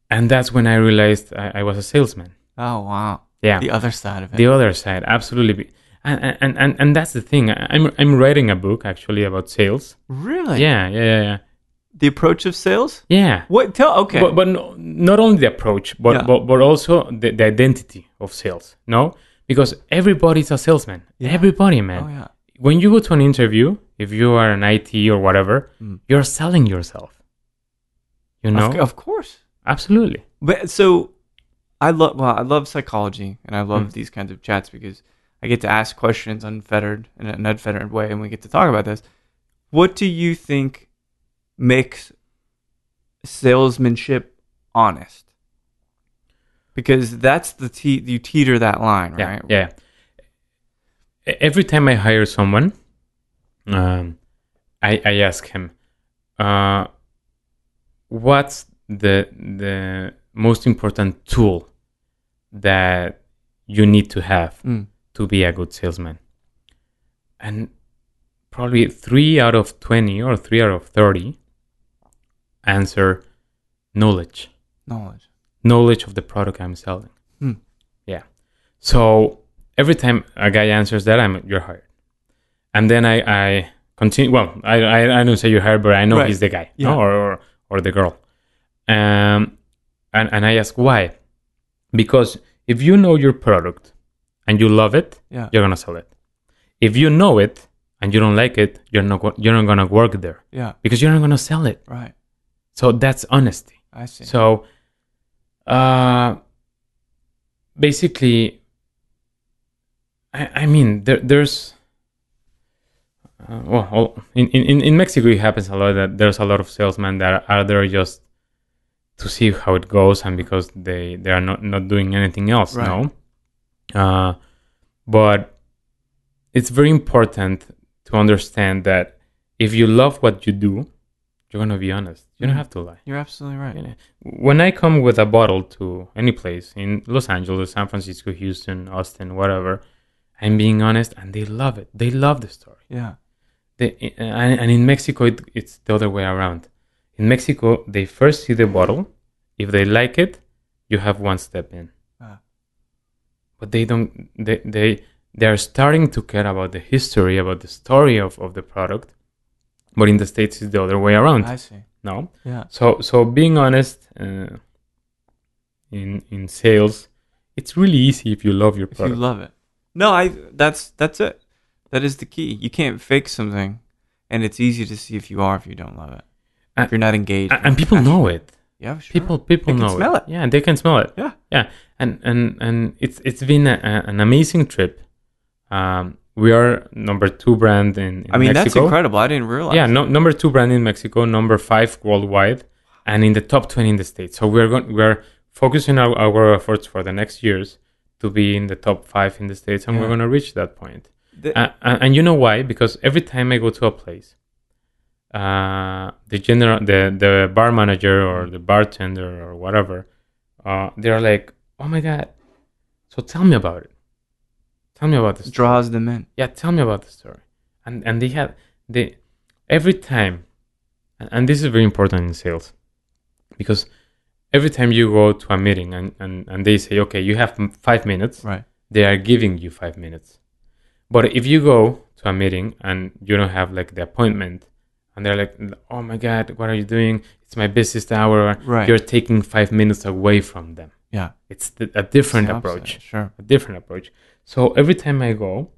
S2: and that's when i realized i, I was a salesman
S1: Oh wow.
S2: yeah
S1: The other side of it.
S2: the other side absolutely be- and, and- and and and that's the thing I- i'm i'm writing a book actually about sales
S1: really?
S2: yeah yeah yeah yeah
S1: The approach of sales.
S2: yeah
S1: What? Tell. Okay.
S2: but, but no, not only the approach but
S1: Yeah.
S2: but, but also the, the identity of sales no because everybody's a salesman everybody man
S1: oh yeah.
S2: when you go to an interview if you are an it or whatever you're selling yourself you know
S1: Mm. Of, of course.
S2: absolutely
S1: But so, I love. Well, I love psychology, and I
S2: Hmm.
S1: love these kinds of chats because I get to ask questions unfettered in an unfettered way, and we get to talk about this. What do you think makes salesmanship honest? Because that's the te- you teeter that line,
S2: yeah
S1: right?
S2: yeah E- every time i hire someone um, I, I ask him uh, what's the the most important tool that you need to have
S1: Mm.
S2: to be a good salesman and probably 3 out of 20 or 3 out of 30 answer knowledge
S1: Knowledge.
S2: knowledge of the product I'm selling.
S1: Hmm.
S2: Yeah. So every time a guy answers that, I'm you're hired. And then I, I continue. Well, I, I I don't say you're hired, but I know
S1: Right.
S2: he's the guy,
S1: Yeah.
S2: no? or, or or the girl. Um, and and I ask why, because if you know your product and you love it,
S1: Yeah.
S2: you're gonna sell it. If you know it and you don't like it, you're not go- you're not gonna work there
S1: Yeah.
S2: because you're not gonna sell it.
S1: Right.
S2: So that's honesty.
S1: I see.
S2: So, uh, basically, I, I mean, there, there's uh, well, all, in, in in Mexico it happens a lot that there's a lot of salesmen that are there just to see how it goes and because they they are not not doing anything else,
S1: Right.
S2: no. Uh, But it's very important to understand that if you love what you do, you're gonna be honest. You don't have to lie.
S1: You're absolutely right.
S2: You know, When I come with a bottle to any place in Los Angeles, San Francisco, Houston, Austin, whatever, I'm being honest, and they love it. They love the story.
S1: Yeah.
S2: They, and, and in Mexico, it, it's the other way around. In Mexico, they first see the bottle. If they like it, you have one step in.
S1: Ah.
S2: But they don't. They they they are starting to care about the history, about the story of, of the product. But in the states, it's the other way around.
S1: I see.
S2: no.
S1: Yeah.
S2: So so being honest, uh, in in sales, it's really easy if you love your
S1: If you
S2: product.
S1: love it. No, I that's that's it. That is the key. You can't fake something and it's easy to see if you are if you don't love it.
S2: Uh,
S1: if you're not engaged.
S2: A- and people know it.
S1: Yeah, sure.
S2: People people
S1: They can
S2: know
S1: smell it.
S2: Yeah, they can smell it.
S1: Yeah.
S2: yeah and and and it's it's been a, a, an amazing trip um we are number two brand in, in
S1: I mean, that's
S2: mexico
S1: incredible. I didn't realize.
S2: yeah no, number two brand in mexico number five worldwide and in the top 20 in the states so we're going we're focusing our, our efforts for the next years to be in the top five in the states and we're
S1: Yeah.
S2: going to reach that point
S1: The-
S2: uh, and you know why because every time i go to a place uh, the general the, the bar manager or the bartender or whatever uh, they're like oh my god so tell me about it tell me about the story
S1: draws them in.
S2: yeah tell me about the story and and they have they every time and, and this is very important in sales because every time you go to a meeting and, and, and they say okay you have m- five minutes
S1: Right.
S2: they are giving you five minutes. But if you go to a meeting and you don't have like the appointment, and they're like, "Oh my God, what are you doing? It's my busiest hour."
S1: Right.
S2: You're taking five minutes away from them.
S1: Yeah.
S2: It's th- a different
S1: The opposite,
S2: approach.
S1: Sure.
S2: A different approach. So every time I go,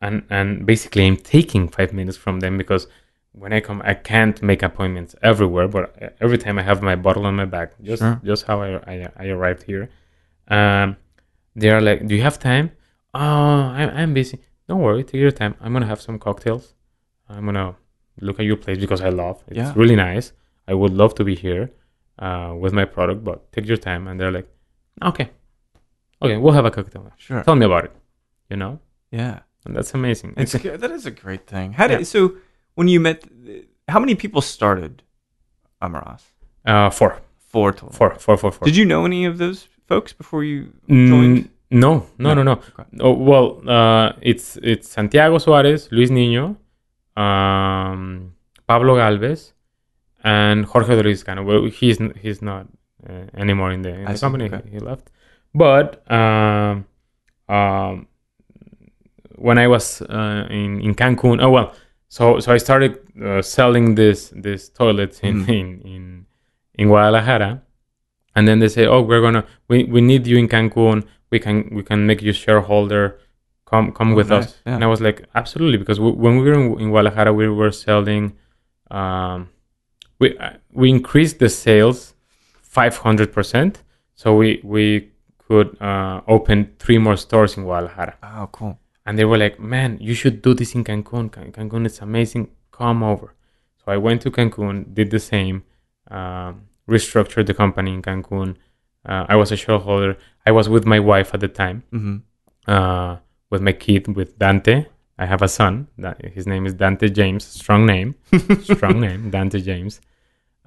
S2: and and basically I'm taking five minutes from them because when I come, I can't make appointments everywhere. But e, every time I have my bottle on my back, just
S1: Sure.
S2: just how I, I I arrived here. Um, they are like, "Do you have time?" Oh, I'm I'm busy. Don't worry, take your time. I'm gonna have some cocktails. I'm gonna look at your place because I love. It's
S1: Yeah.
S2: really nice. I would love to be here uh, with my product, but take your time. And they're like, "Okay, okay, we'll have a cocktail.
S1: Sure.
S2: Tell me about it." You know,
S1: Yeah.
S2: and that's amazing.
S1: It's
S2: It's-
S1: good. that is a great thing. How did
S2: Yeah.
S1: so when you met uh, how many people started Amaras?
S2: uh, four,
S1: Four total.
S2: four, four, four, four.
S1: Did you know any of those folks before you
S2: Mm,
S1: joined?
S2: No, no, no, no.
S1: Okay.
S2: Oh, well, uh, it's it's Santiago Suarez, Luis Niño, um, Pablo Galvez, and Jorge Ruiz. Cano. Well, he's n- he's not uh, anymore in the, in
S1: I
S2: the
S1: see,
S2: company.
S1: okay.
S2: He, he left. But um, um, when I was uh, in in Cancun, oh well, so so I started uh, selling this this toilets in
S1: Mm.
S2: in, in in Guadalajara, and then they say, oh, we're gonna we, we need you in Cancun. We can we can make you shareholder. Come come with
S1: Oh, nice,
S2: us.
S1: yeah.
S2: And I was like, absolutely, because w when we were in, in Guadalajara, we were selling. Um, we uh, we increased the sales five hundred percent, so we we could uh, open three more stores in Guadalajara
S1: Oh, cool.
S2: and they were like, "Man, you should do this in Cancun. Can- Cancun is amazing. Come over." So I went to Cancun, did the same, um, restructured the company in Cancun. Uh, I was a shareholder. I was with my wife at the time,
S1: hmm
S2: uh, with my kid, with Dante. I have a son. Da- His name is Dante James. Strong name. Strong name. Dante James.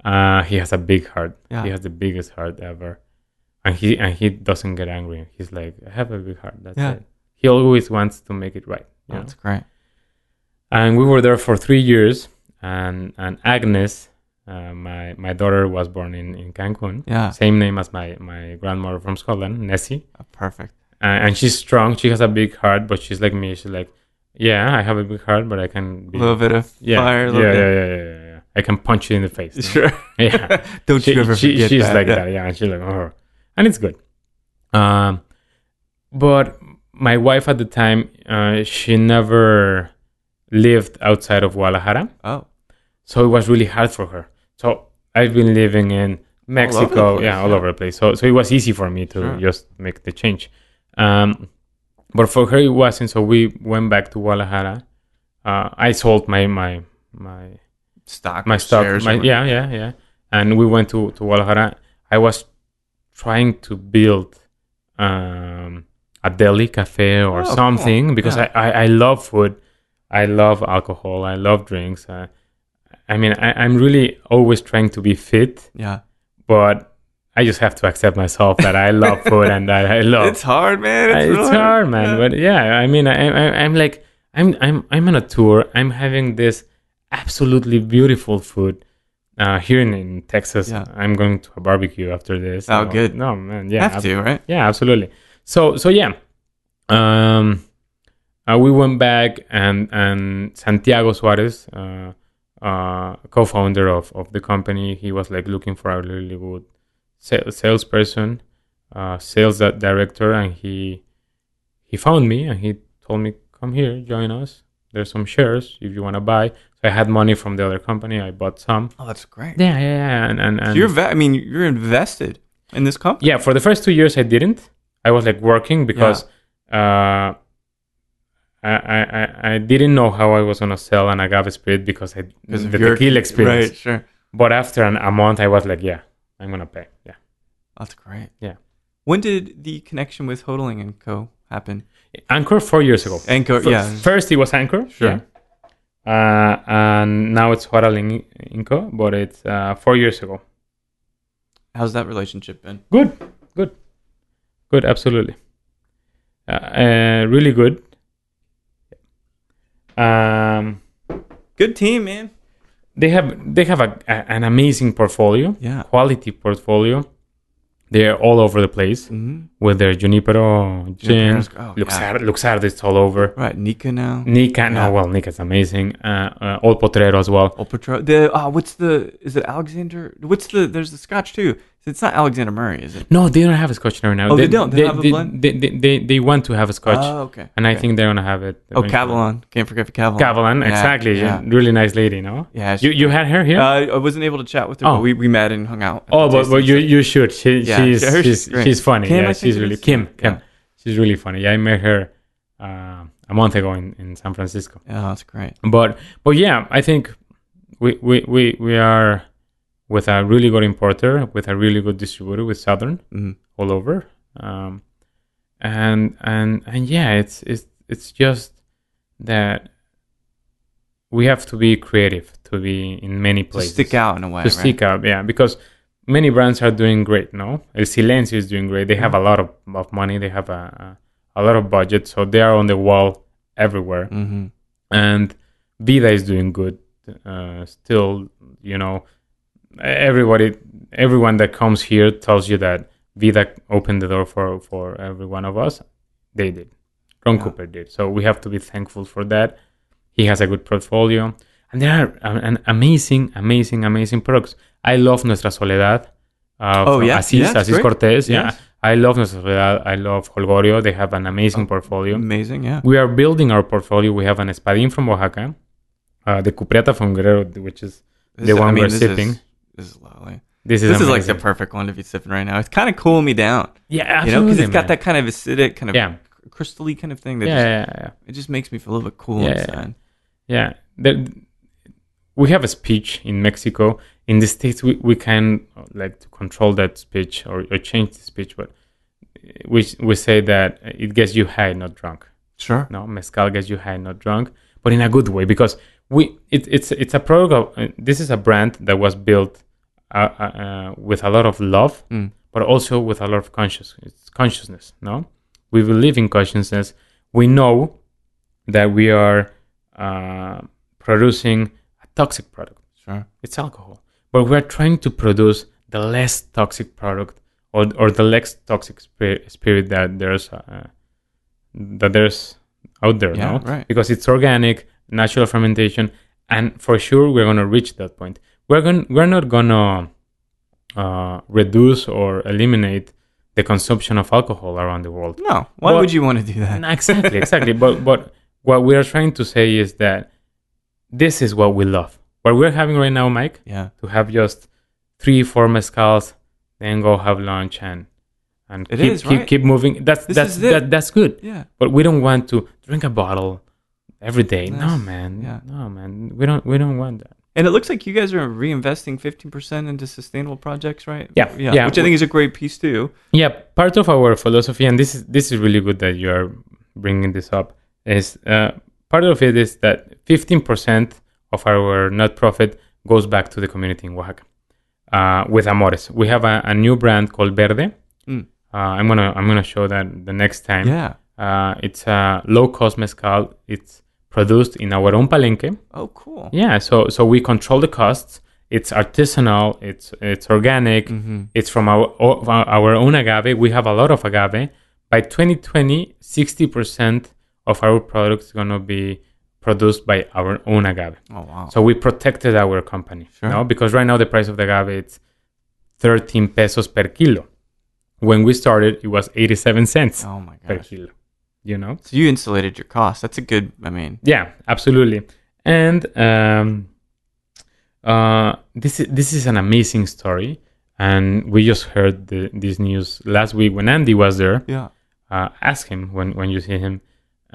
S2: Uh, he has a big heart.
S1: Yeah.
S2: He has the biggest heart ever, and he and he doesn't get angry. He's like, I have a big heart. That's
S1: Yeah.
S2: it. He always wants to make it right. you know?
S1: That's great.
S2: and we were there for three years and and agnes uh, my my daughter was born in in cancun
S1: Yeah.
S2: same name as my my grandmother from scotland nessie
S1: Oh, perfect.
S2: Uh, and, and she's strong she has a big heart but she's like me she's like yeah i have a big heart but i can
S1: A
S2: be
S1: little bit of
S2: yeah,
S1: fire. A
S2: yeah,
S1: little
S2: yeah,
S1: bit.
S2: yeah yeah yeah yeah i can punch you in the face you know?
S1: Sure.
S2: yeah
S1: Don't you ever forget
S2: she's
S1: that.
S2: like
S1: yeah.
S2: that yeah and she's like oh and it's good um but my wife at the time uh, she never lived outside of guadalajara
S1: Oh,
S2: so it was really hard for her so i've been living in
S1: over the
S2: mexico
S1: place,
S2: yeah all
S1: yeah.
S2: over the place so so it was easy for me to
S1: Sure.
S2: just make the change um but for her it wasn't so we went back to guadalajara uh, i sold my my my
S1: stock.
S2: my
S1: or
S2: stock
S1: shares or
S2: my,
S1: whatever.
S2: yeah yeah yeah and we went to to guadalajara i was trying to build um a deli cafe or
S1: Oh, cool.
S2: something because
S1: Yeah.
S2: I, I, I love food, I love alcohol, I love drinks. I, I mean, I, I'm really always trying to be fit,
S1: Yeah.
S2: but I just have to accept myself that I love food and that I love
S1: It's hard, man.
S2: Oh. Uh, it's,
S1: really
S2: hard, man.
S1: Yeah.
S2: But yeah, I mean, I, I, I'm like, I'm, I'm, I'm on a tour. I'm having this absolutely beautiful food uh, here in, in Texas.
S1: Yeah.
S2: I'm going to a barbecue after this.
S1: Oh, good.
S2: No, man. Yeah,
S1: have
S2: ab-
S1: to, right?
S2: yeah, absolutely. So, so yeah, um, uh, we went back and and Santiago Suarez, uh, uh, co-founder of of the company, he was like looking for a really good sa- salesperson, uh, sales di- director, and he he found me and he told me, "Come here, join us. There's some shares if you want to buy." So I had money from the other company. I bought some.
S1: Oh, that's great.
S2: Yeah, yeah, yeah. And and, and
S1: You're, ve- I mean, you're invested in this company.
S2: yeah for the first two years i didn't i was like working because uh I, I I- I didn't know how I was gonna sell an agave spirit because I
S1: Because of
S2: the
S1: your-
S2: tequila experience.
S1: Right, sure.
S2: But after an, a month, I was like, yeah, I'm gonna pay. Yeah,
S1: Oh, That's great.
S2: Yeah.
S1: When did the connection with Hodling and Co. happen?
S2: Anchor four years ago.
S1: And Co.
S2: Fir-
S1: Eh, oh, yeah.
S2: First it was Anchor.
S1: Sure.
S2: yeah. Uh, and now it's Horaling Inco, but it's uh, four years ago.
S1: How's that relationship been?
S2: Good, good, good. Absolutely, uh, uh, really good. Um,
S1: Good team, man.
S2: they have they have a, a- an amazing portfolio
S1: Yeah.
S2: quality portfolio they're all over the place
S1: Mm-hmm.
S2: with their junipero gin
S1: Junipero's- oh,
S2: luxar luxardo it's all over
S1: Right. Nika now.
S2: nika
S1: Yeah.
S2: no well nika's amazing uh, uh old potrero as well
S1: El Potro. The uh, what's the? Is it Alexander? What's the? There's the Scotch too. It's not Alexander Murray, is it?
S2: no they don't have a scotch now
S1: Oh, they don't. They don't have a
S2: they,
S1: blend?
S2: they, they, they, they want to have a scotch
S1: Oh, okay.
S2: and i
S1: okay.
S2: think they're gonna have it
S1: Oh,
S2: eventually.
S1: Catalan. Can't forget the Catalan.
S2: Catalan,
S1: Oh, Yeah,
S2: exactly
S1: Yeah.
S2: really nice lady no
S1: yeah she-
S2: you you had her here
S1: Uh, I wasn't able to chat with her, but
S2: Oh.
S1: we, we met and hung out. at
S2: Oh,
S1: the
S2: but, but
S1: tasting
S2: you you should. She,
S1: Yeah,
S2: she's,
S1: yeah, her-
S2: she's
S1: she's great.
S2: she's funny.
S1: Kim, I
S2: yeah,
S1: think
S2: she's
S1: it
S2: really
S1: is.
S2: Kim. Kim.
S1: Yeah.
S2: She's really funny. Yeah, I met her uh, a month ago in, in San Francisco.
S1: session. Oh, that's great.
S2: But but yeah, I think we we, we, we are with a really good importer, with a really good distributor, with Southern
S1: Mhm.
S2: all over. Um, and and and yeah, it's it's it's just that we have to be creative to be in many
S1: To
S2: places
S1: stick out in a way.
S2: to
S1: right?
S2: stick out yeah because many brands are doing great no el silencio is doing great they have
S1: Mm.
S2: a lot of, of money they have a, a, a lot of budget so they are on the wall everywhere
S1: Mm-hmm.
S2: and vida is doing good uh, still you know e-, everybody everyone that comes here tells you that vida opened the door for for every one of us they did ron
S1: Yeah.
S2: cooper did so we have to be thankful for that he has a good portfolio and there are um, an amazing amazing amazing products i love nuestra soledad uh,
S1: Oh,
S2: from
S1: yeah.
S2: Asís,
S1: Yeah, it's
S2: Asís
S1: great.
S2: Cortés. Yeah,
S1: Yes.
S2: I love Nuestra Soledad. I love Holgorio. They have an
S1: Oh,
S2: amazing portfolio.
S1: Amazing. Yeah.
S2: We are building our portfolio. We have an espadín from Oaxaca, uh, the cupriata from Guerrero, which is
S1: This
S2: the
S1: is-
S2: one we're
S1: this
S2: sipping.
S1: Is, this is lovely.
S2: this is
S1: This is like the
S2: amazing.
S1: perfect one to be sipping right now. It's kind of cooling me down.
S2: yeah,
S1: You know,
S2: absolutely,
S1: because it's got
S2: man.
S1: that kind of acidic, kind of
S2: Yeah.
S1: crystally kind of thing that
S2: Yeah,
S1: just,
S2: yeah, yeah,
S1: it just makes me feel a little bit cool
S2: Yeah, yeah.
S1: inside.
S2: yeah. The- we have a speech in Mexico. In the states, we, we can uh, like to control that speech or, or change the speech, but we we say that it gets you high, not drunk.
S1: Sure.
S2: no mezcal gets you high not drunk but in a good way because we it, it's it's a product of, uh, this is a brand that was built uh, uh, uh, with a lot of love
S1: Mm.
S2: but also with a lot of conscious it's consciousness no we believe in consciousness we know that we are uh, producing a toxic product
S1: Sure.
S2: it's alcohol but we're trying to produce the less toxic product or, or the less toxic spirit, spirit that there's uh, that there's out there
S1: Yeah,
S2: no?
S1: right.
S2: because it's organic natural fermentation and for sure we're going to reach that point we're going we're not going to uh, reduce or eliminate the consumption of alcohol around the world
S1: No. Why
S2: Well-
S1: would you want to do that?
S2: no, exactly, exactly. but but what we are trying to say is that this is what we love. What we're having right now, Mike,
S1: Yeah.
S2: to have just three, four mezcals, then go have lunch and and
S1: It
S2: keep
S1: is,
S2: keep,
S1: right?
S2: keep moving. That's
S1: This
S2: that's
S1: is it.
S2: that, that's good.
S1: Yeah.
S2: But we don't want to drink a bottle every day. No
S1: Yes,
S2: man.
S1: yeah.
S2: No man. We don't we don't want that.
S1: And it looks like you guys are reinvesting 15% into sustainable projects, right?
S2: Yeah,
S1: Yeah.
S2: yeah.
S1: Which I think is a great piece, too.
S2: Yeah, part of our philosophy, and this is this is really good that you are bringing this up. Is uh, part of it is that fifteen percent of our net profit goes back to the community in Oaxaca uh, with Amores. We have a, a new brand called Verde.
S1: Mm.
S2: Uh, I'm gonna I'm gonna show that the next time.
S1: Yeah.
S2: Uh, it's a low cost mezcal. It's produced in our own palenque.
S1: Oh, cool.
S2: Yeah, so so we control the costs. It's artisanal. It's it's organic. It's from our o- of our our own agave. We have a lot of agave. By 2020, 60% of our products is going to be produced by our own agave.
S1: Oh, wow.
S2: So we protected our company,
S1: Sure.
S2: you know, because right now the price of the agave it's 13 pesos per kilo. When we started, it was 87 cents
S1: Oh, my
S2: per
S1: gosh.
S2: kilo. You know.
S1: So you insulated your costs. That's a good, I mean,
S2: Yeah, absolutely. And um, uh, this is this is an amazing story, and we just heard the, this news last week when Andy was there.
S1: yeah.
S2: Uh, ask him when, when you see him.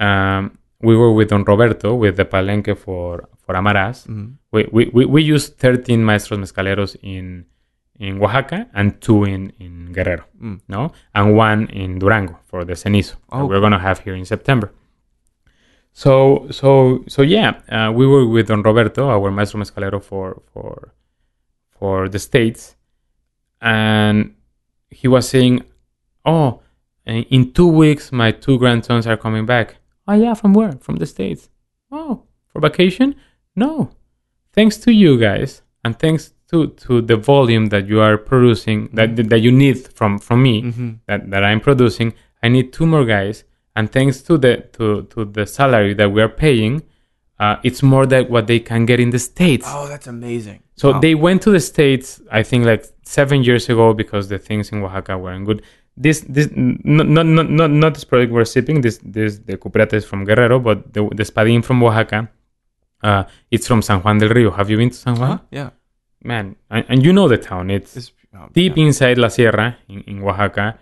S2: Um, we were with Don Roberto with the Palenque for for Amaras.
S1: Mm.
S2: We, we, we, we used 13 maestros mezcaleros in in Oaxaca and two in, in Guerrero, no, and one in Durango for the cenizo that
S1: Oh.
S2: we're gonna have here in September. So so so yeah, uh, we were with Don Roberto, our maestro mezcalero for for for the states, and he was saying, "Oh, in in two weeks my two grandsons are coming back." Oh yeah, from where? From the states. Oh, for vacation? No, thanks to you guys, and thanks to to the volume that you are producing that that you need from from me that that I'm producing, I need two more guys, and thanks to the to to the salary that we are paying. Uh, it's more than what they can get in the states.
S1: Oh, that's amazing.
S2: So
S1: Wow.
S2: they went to the states, I think, like seven years ago because the things in Oaxaca weren't good. This, this, not, not, not, not this product we're sipping. This, this, the cuprata is from Guerrero, but the, the espadín from Oaxaca, uh, it's from San Juan del Rio. Have you been to San
S1: Huh?
S2: Juan?
S1: Yeah.
S2: Man, and, and you know the town. It's
S1: It's, oh,
S2: deep
S1: yeah.
S2: inside La Sierra in, in Oaxaca.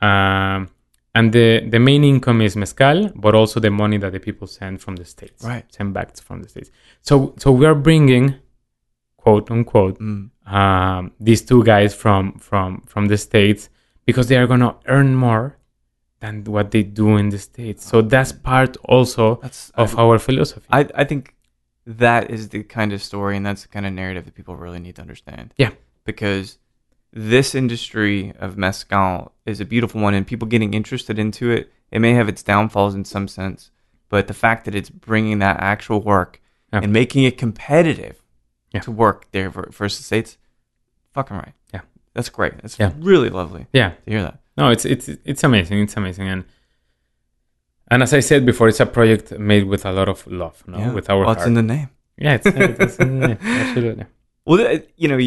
S2: Um, and the, the main income is mezcal, but also the money that the people send from the states,
S1: Right.
S2: send back from the states. So, so we are bringing, quote unquote,
S1: Mm.
S2: um, these two guys from from from the states because they are gonna earn more than what they do in the states. So that's part also
S1: That's,
S2: of
S1: I,
S2: our philosophy.
S1: I, I think that is the kind of story and that's the kind of narrative that people really need to understand.
S2: Yeah.
S1: Because this industry of mezcal is a beautiful one and people getting interested into it, it may have its downfalls in some sense, but the fact that it's bringing that actual work
S2: Yeah.
S1: and making it competitive
S2: Yeah.
S1: to work there ver- versus states, fucking right.
S2: Yeah.
S1: That's great. That's
S2: Yeah.
S1: really lovely
S2: yeah.
S1: to hear that.
S2: No, it's it's it's amazing. It's amazing, and and as I said before, it's a project made with a lot of love, no?
S1: Yeah.
S2: with our
S1: well,
S2: heart.
S1: it's in the name.
S2: yeah, it's, it's, it's- absolutely.
S1: Well, th- you know,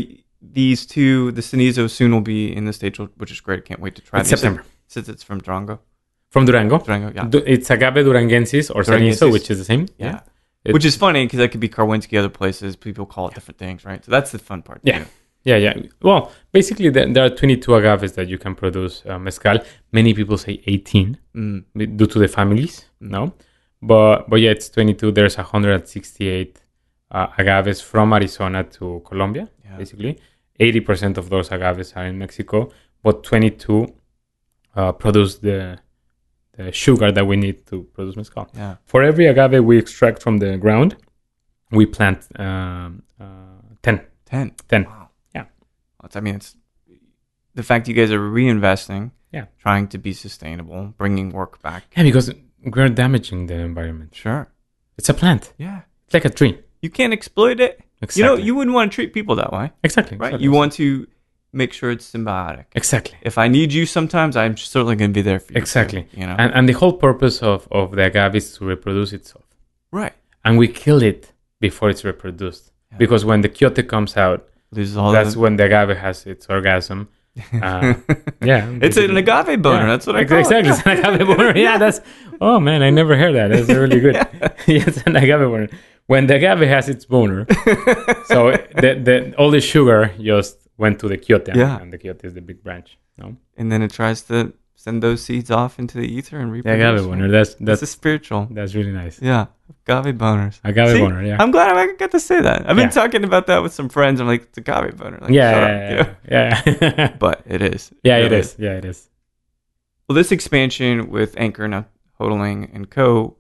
S1: these two, the Cenizo soon will be in the stage, which is great. Can't wait to try
S2: It's
S1: these.
S2: September.
S1: Since it's from Durango.
S2: From Durango,
S1: Durango, yeah.
S2: Du- it's agave durangensis or cenizo,
S1: Durangensis.
S2: which is the same.
S1: yeah.
S2: It's-
S1: Which is funny because that could be Karwinski other places. People call it different things, right? So that's the fun part.
S2: Yeah.
S1: too.
S2: Yeah, yeah. Well, basically, there, there are 22 agaves that you can produce uh, mezcal. Many people say 18
S1: Mm.
S2: due to the families, no? But but yeah, it's 22. There's 168 uh, agaves from Arizona to Colombia,
S1: Yeah.
S2: basically. 80% of those agaves are in Mexico, but 22 uh, produce the, the sugar that we need to produce mezcal.
S1: Yeah.
S2: For every agave we extract from the ground, we plant um, uh, 10.
S1: 10.
S2: 10.
S1: Wow.
S2: Yeah.
S1: That's, I mean, it's the fact you guys are reinvesting,
S2: Yeah.
S1: trying to be sustainable, bringing work back.
S2: Yeah, because we're damaging the environment.
S1: Sure.
S2: It's a plant.
S1: Yeah.
S2: It's like a tree.
S1: You can't exploit it.
S2: Exactly.
S1: You know, you wouldn't want to treat people that way,
S2: exactly.
S1: right?
S2: exactly.
S1: You want to make sure it's symbiotic.
S2: exactly.
S1: If I need you sometimes, I'm certainly going to be there for you.
S2: Exactly.
S1: You know?
S2: And and the whole purpose of, of the agave is to reproduce itself.
S1: right.
S2: And we kill it before it's reproduced. Because when the quiote comes out,
S1: Loses all
S2: that's
S1: the-
S2: when the agave has its orgasm. Uh, yeah.
S1: It's an agave boner.
S2: Yeah.
S1: That's what I
S2: Ex-
S1: call
S2: exactly.
S1: it.
S2: It's an agave boner. Yeah, that's. Oh man, I never heard that. That's really good. yeah, it's an agave boner. When the agave has its boner, so the, the all the sugar just went to the quiote.
S1: Yeah.
S2: and the quiote is the big branch. No.
S1: And then it tries to send those seeds off into the ether and
S2: Yeah,
S1: reproduce.
S2: agave boner. That's
S1: That's
S2: that's
S1: a spiritual.
S2: that's really nice.
S1: Yeah, agave boners.
S2: Agave
S1: See,
S2: boner. Yeah.
S1: I'm glad I got to say that. I've been
S2: Yeah.
S1: talking about that with some friends. I'm like, it's agave boner. Like, shut up,
S2: yeah, yeah,
S1: dude.
S2: yeah, yeah, yeah.
S1: But it is.
S2: Yeah, it
S1: really
S2: is. Yeah, it is.
S1: Well, this expansion with Anchor now Hodling and Co.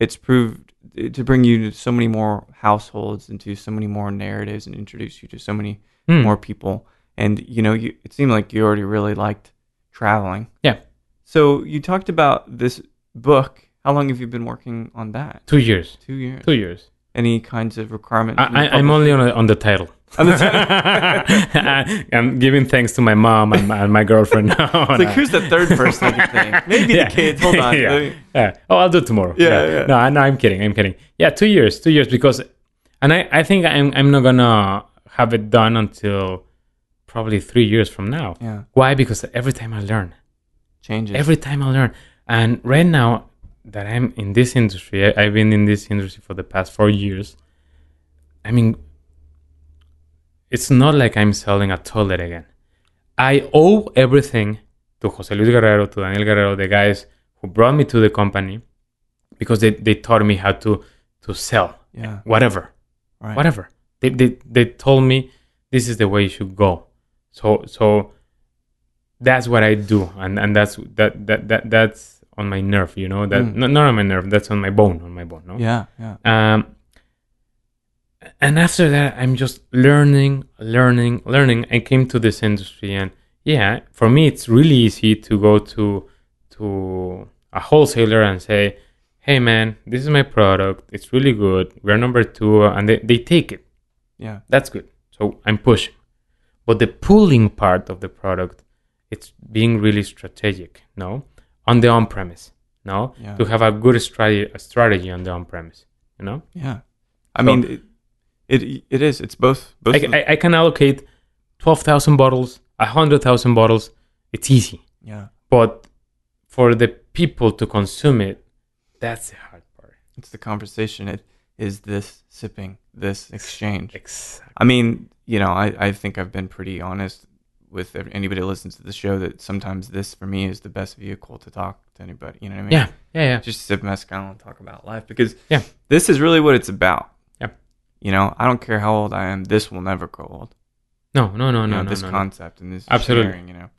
S1: It's proved to bring you to so many more households and to so many more narratives and introduce you to so many
S2: Hmm.
S1: more people. And you know, you, it seemed like you already really liked traveling.
S2: Yeah.
S1: So you talked about this book. How long have you been working on that?
S2: Two years.
S1: Two years.
S2: Two years.
S1: Any kinds of requirement? from
S2: I,
S1: the
S2: I, I'm
S1: publisher?
S2: only on, a, on the title.
S1: On the
S2: I'm giving thanks to my mom and my, and my girlfriend now.
S1: It's like who's the third person? I can think? Maybe
S2: Yeah.
S1: the kids. Hold on.
S2: yeah.
S1: Let me-
S2: Yeah. Oh, I'll do it tomorrow.
S1: Yeah, yeah.
S2: No, I- no, I'm kidding. I'm kidding. Yeah, two years, two years because, and I, I think I'm, I'm not gonna have it done until probably three years from now.
S1: Yeah.
S2: Why? Because every time I learn,
S1: Changes.
S2: every time I learn, and right now that I'm in this industry, I, I've been in this industry for the past four years. I mean, it's not like I'm selling a toilet again. I owe everything to Jose Luis Guerrero, to Daniel Guerrero, the guys who brought me to the company because they, they taught me how to, to sell
S1: yeah.
S2: whatever,
S1: Right.
S2: whatever. They, they, they told me this is the way you should go. So, so that's what I do. And, and that's, that, that, that, that's on my nerve, you know, that
S1: Mm.
S2: not, not on my nerve, that's on my bone, on my bone. No?
S1: Yeah. Yeah.
S2: Um, and after that, I'm just learning, learning, learning. I came to this industry, and yeah, for me, it's really easy to go to to a wholesaler and say, "Hey, man, this is my product. It's really good. We're number two, and they, they take it.
S1: Yeah.
S2: That's good. So I'm pushing. But the pulling part of the product, it's being really strategic, no? On the on premise, no?
S1: Yeah.
S2: To have a good strate- strategy on the on premise, you know?
S1: Yeah, I
S2: So-
S1: mean, it, it it is. It's both. both
S2: I,
S1: of
S2: I, I can allocate 12,000 bottles, 100,000 bottles. It's easy.
S1: yeah,
S2: But for the people to consume it, that's the hard part.
S1: it's the conversation. It is this sipping, this exchange.
S2: Exactly.
S1: I mean, you know, I I think I've been pretty honest with ev- anybody that listens to the show that sometimes this for me is the best vehicle to talk to anybody. You know what I mean?
S2: Yeah, yeah, yeah.
S1: Just sip mezcal and talk about life because
S2: Yeah.
S1: this is really what it's about.
S2: Yeah.
S1: You know, I don't care how old I am. This will never grow old.
S2: No, no, no,
S1: You
S2: Oh, no,
S1: know,
S2: no,
S1: this
S2: no, no.
S1: concept and this
S2: Absolutely.
S1: sharing. You know,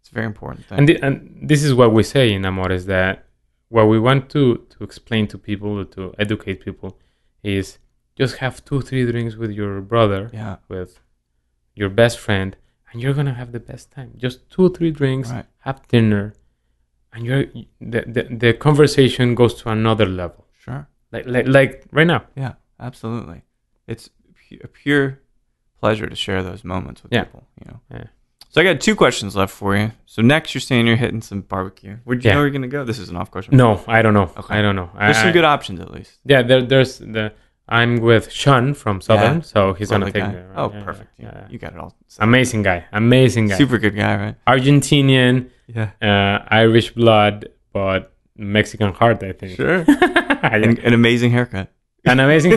S1: it's a very important thing.
S2: And, thi- and this is what we say in Amores that what we want to, to explain to people, to educate people, is just have two, three drinks with your brother,
S1: yeah,
S2: with your best friend, and you're going to have the best time. Just two, three drinks,
S1: right.
S2: have dinner and you're the, the, the conversation goes to another level
S1: Sure.
S2: like like, like right now
S1: Yeah, absolutely. It's pu- a pure pleasure to share those moments with
S2: Yeah.
S1: people. You know.
S2: Yeah.
S1: So I got two questions left for you. So next, you're saying you're hitting some barbecue. Where'd you
S2: Yeah.
S1: know you're gonna go? This is an off question.
S2: no i don't know
S1: Okay.
S2: i don't know I-
S1: There's some
S2: I-
S1: good options at least.
S2: yeah there, there's the i'm with sean from southern so he's gonna
S1: Lovely
S2: take
S1: guy.
S2: me around.
S1: Oh,
S2: Yeah,
S1: perfect.
S2: yeah, yeah.
S1: You, you got it all.
S2: amazing guy amazing guy
S1: Super good guy, right?
S2: argentinian
S1: Yeah.
S2: uh, irish blood but mexican heart i think
S1: Sure.
S2: Yeah.
S1: and, an amazing haircut.
S2: an amazing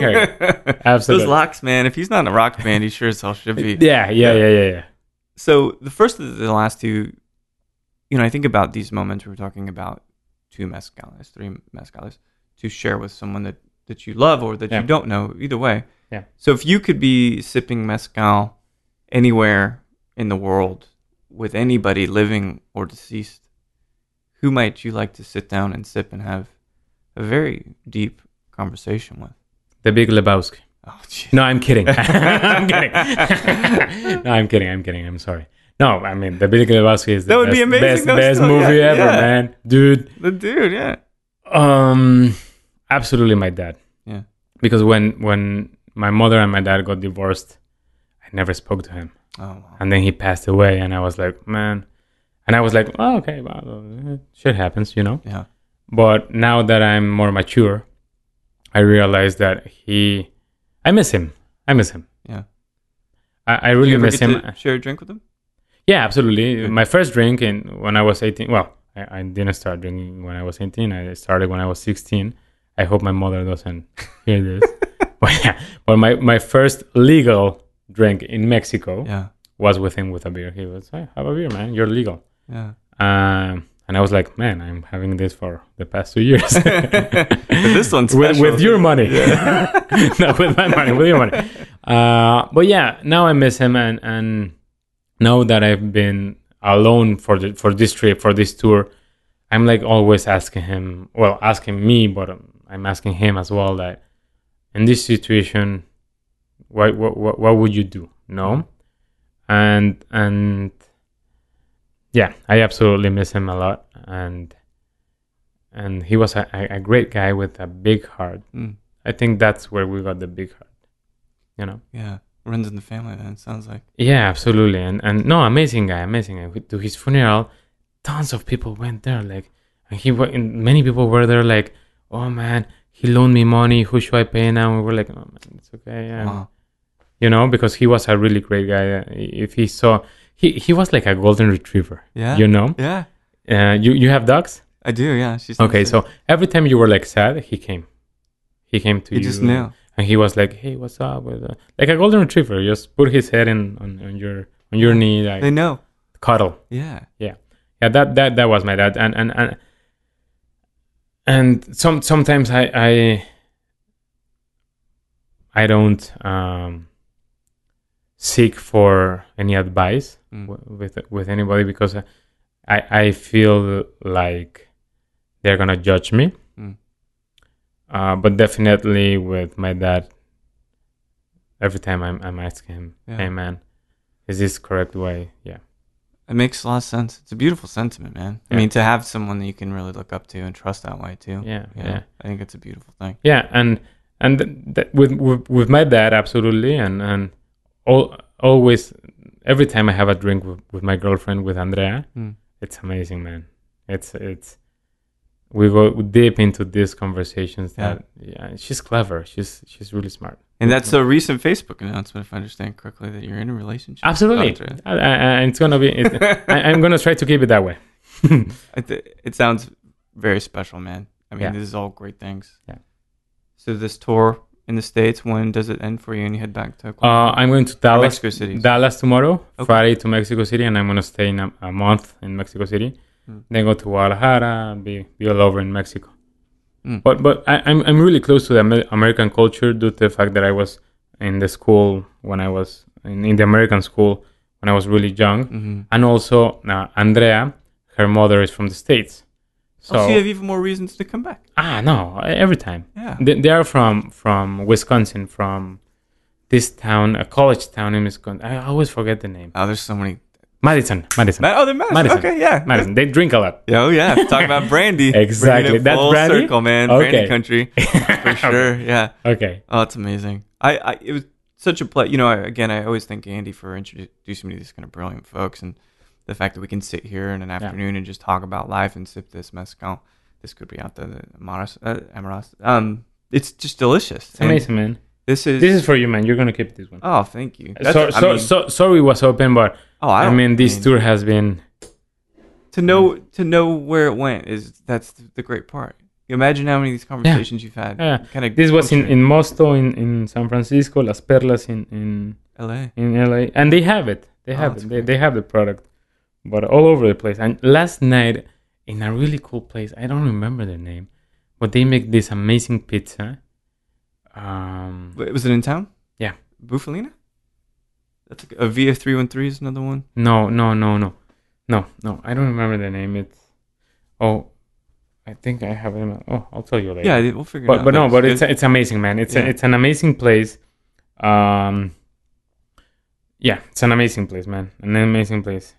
S2: haircut
S1: Those
S2: absolutely
S1: locks, man. If he's not in a rock band, he sure as hell should be.
S2: yeah yeah yeah yeah yeah
S1: So the first of the last two, you know, I think about these moments we were talking about two mezcales, three mezcales to share with someone that, that you love or that
S2: Yeah.
S1: you don't know, either way.
S2: Yeah.
S1: So if you could be sipping mezcal anywhere in the world with anybody living or deceased, who might you like to sit down and sip and have a very deep conversation with?
S2: the big lebowski
S1: Oh, geez.
S2: No, I'm kidding. I'm kidding. no, I'm kidding. I'm kidding. I'm sorry. No, I mean the Big Lebowski is the
S1: That would
S2: best,
S1: be amazing,
S2: best,
S1: though,
S2: best
S1: still.
S2: movie
S1: Yeah,
S2: ever,
S1: yeah.
S2: man, dude.
S1: The dude, yeah.
S2: Um, absolutely, my dad.
S1: Yeah.
S2: Because when when my mother and my dad got divorced, I never spoke to him,
S1: Oh, wow.
S2: and then he passed away, and I was like, man, and I was like, oh, okay, well, uh, shit happens, you know.
S1: Yeah.
S2: But now that I'm more mature, I realize that he, I miss him. I miss him.
S1: Yeah.
S2: I, I
S1: Did
S2: really
S1: you ever
S2: miss
S1: get
S2: him.
S1: to share a drink with him?
S2: Yeah, absolutely.
S1: Good.
S2: My first drink in when I was 18. Well, I, I didn't start drinking when I was 18. I started when I was 16. I hope my mother doesn't hear this. but yeah, but my, my first legal drink in Mexico
S1: Yeah.
S2: was with him with a beer. He was, hey, have a beer, man. You're legal.
S1: Yeah.
S2: Um, and And I was like, man, I'm having this for the past two years.
S1: this one's
S2: with,
S1: special.
S2: with your money. Not with my money, with your money. Uh, but yeah, now I miss him. And, and now that I've been alone for, the, for this trip, for this tour, I'm like always asking him, well, asking me, but um, I'm asking him as well that in this situation, what, what, what, what would you do? No? And, and yeah, I absolutely miss him a lot, and and he was a, a a great guy with a big heart.
S1: Mm.
S2: I think that's where we got the big heart, you know.
S1: Yeah, runs in the family. Then it sounds like.
S2: Yeah, absolutely, and and no, amazing guy, amazing guy. We- To his funeral, tons of people went there, like, and he wa- and many people were there, like, oh man, he loaned me money. Who should I pay now? And we were like, oh man, it's okay, yeah,
S1: Wow.
S2: you know, because he was a really great guy. If he saw, he he was like a golden retriever,
S1: Yeah.
S2: you know.
S1: Yeah,
S2: Uh, you you have dogs.
S1: I do. Yeah, she's
S2: Okay, so every time you were like sad, he came. He came to
S1: you
S2: you.
S1: just knew.
S2: And he was like, "Hey, what's up?" What's up?" Like a golden retriever, just put his head in on, on your on your knee, like
S1: They know.
S2: cuddle.
S1: Yeah.
S2: Yeah, that that that was my dad, and and and and some sometimes I I I don't um seek for any advice
S1: Mm.
S2: w- with with anybody because I I feel like they're gonna judge me.
S1: Mm.
S2: Uh, but definitely with my dad, every time I'm I'm asking him,
S1: Yeah.
S2: "Hey man, is this correct way?" Yeah,
S1: It makes a lot of sense. It's a beautiful sentiment, man. I
S2: Yeah.
S1: mean, to have someone that you can really look up to and trust that way too.
S2: yeah,
S1: You know,
S2: yeah.
S1: I think it's a beautiful thing.
S2: yeah and and th- th- with, with with my dad absolutely and and all, always every time i have a drink with, with my girlfriend with andrea
S1: Mm.
S2: it's amazing man it's it's we go deep into these conversations that yeah. she's clever she's she's really smart
S1: And that's a recent Facebook announcement, if I understand correctly, that you're in a relationship. with
S2: absolutely
S1: Andrea.
S2: I, I, I- it's gonna be it, I, i'm gonna try to keep it that way
S1: I thi- it sounds very special, man. I mean,
S2: Yeah.
S1: this is all great things.
S2: Yeah.
S1: So this tour in the states, when does it end for you? And you head back to
S2: uh,
S1: Oklahoma?
S2: i'm going to dallas
S1: Mexico City.
S2: Dallas tomorrow,
S1: Okay.
S2: Friday to Mexico City, and I'm gonna stay in a, a month in Mexico City.
S1: Mm.
S2: Then go to Guadalajara, be be all over in Mexico.
S1: Mm.
S2: But but I, I'm I'm really close to the Amer- American culture due to the fact that I was in the school when I was in, in the American school when I was really young,
S1: Mhm.
S2: and also uh, Andrea, her mother is from the states, so
S1: oh, so you have even more reasons to come back.
S2: ah no, every time
S1: Yeah.
S2: they, they are from from Wisconsin from. This town, a college town in Wisconsin. I always forget the name.
S1: Oh, there's so many.
S2: Madison, Madison,
S1: Ma- oh, they're Madison.
S2: Madison.
S1: Okay, yeah.
S2: Madison. They drink a lot.
S1: Yeah, Oh, yeah. Talk about brandy.
S2: Exactly.
S1: Bringing it
S2: That's
S1: full
S2: brandy?
S1: circle, man.
S2: Okay.
S1: Brandy country. For sure. Yeah.
S2: Okay.
S1: Oh, it's amazing. I, I it was such a ple You know, I, again, I always thank Andy for introducing me to these kind of brilliant folks, and the fact that we can sit here in an afternoon and just talk about life and sip this mezcal. This could be out the the Amaros. Uh, Amaros. Um, it's just delicious.
S2: It's
S1: And
S2: amazing, man.
S1: This is.
S2: This is for you, man. You're gonna keep this one.
S1: Oh, thank you. That's-
S2: so,
S1: I
S2: so,
S1: mean-
S2: so, sorry was open, but
S1: oh, I,
S2: I,
S1: don't-
S2: mean this tour has been
S1: to know to know where it went is that's the great part. Imagine how many of these conversations you've had.
S2: Yeah.
S1: Kind of
S2: this was in, in Mosto in, in San Francisco, Las Perlas in, in,
S1: L.A.
S2: in LA. And they have it. They
S1: Oh,
S2: have
S1: that's
S2: it. They,
S1: great.
S2: they have the product. But all over the place. And last night in a really cool place, I don't remember the name, but they make this amazing pizza. Um
S1: Wait, Was it in town?
S2: Yeah.
S1: Bufalina. That's a, g- a Via three one three is another one.
S2: No, no, no, no, no, no. I don't remember the name. It's oh, I think I have it. in my- Oh, I'll tell you later.
S1: Yeah, we'll figure it
S2: but
S1: out.
S2: but no,
S1: It's
S2: but
S1: good.
S2: it's it's amazing, man. It's a,
S1: Yeah.
S2: it's an amazing place. Um, yeah, it's an amazing place, man. An amazing place.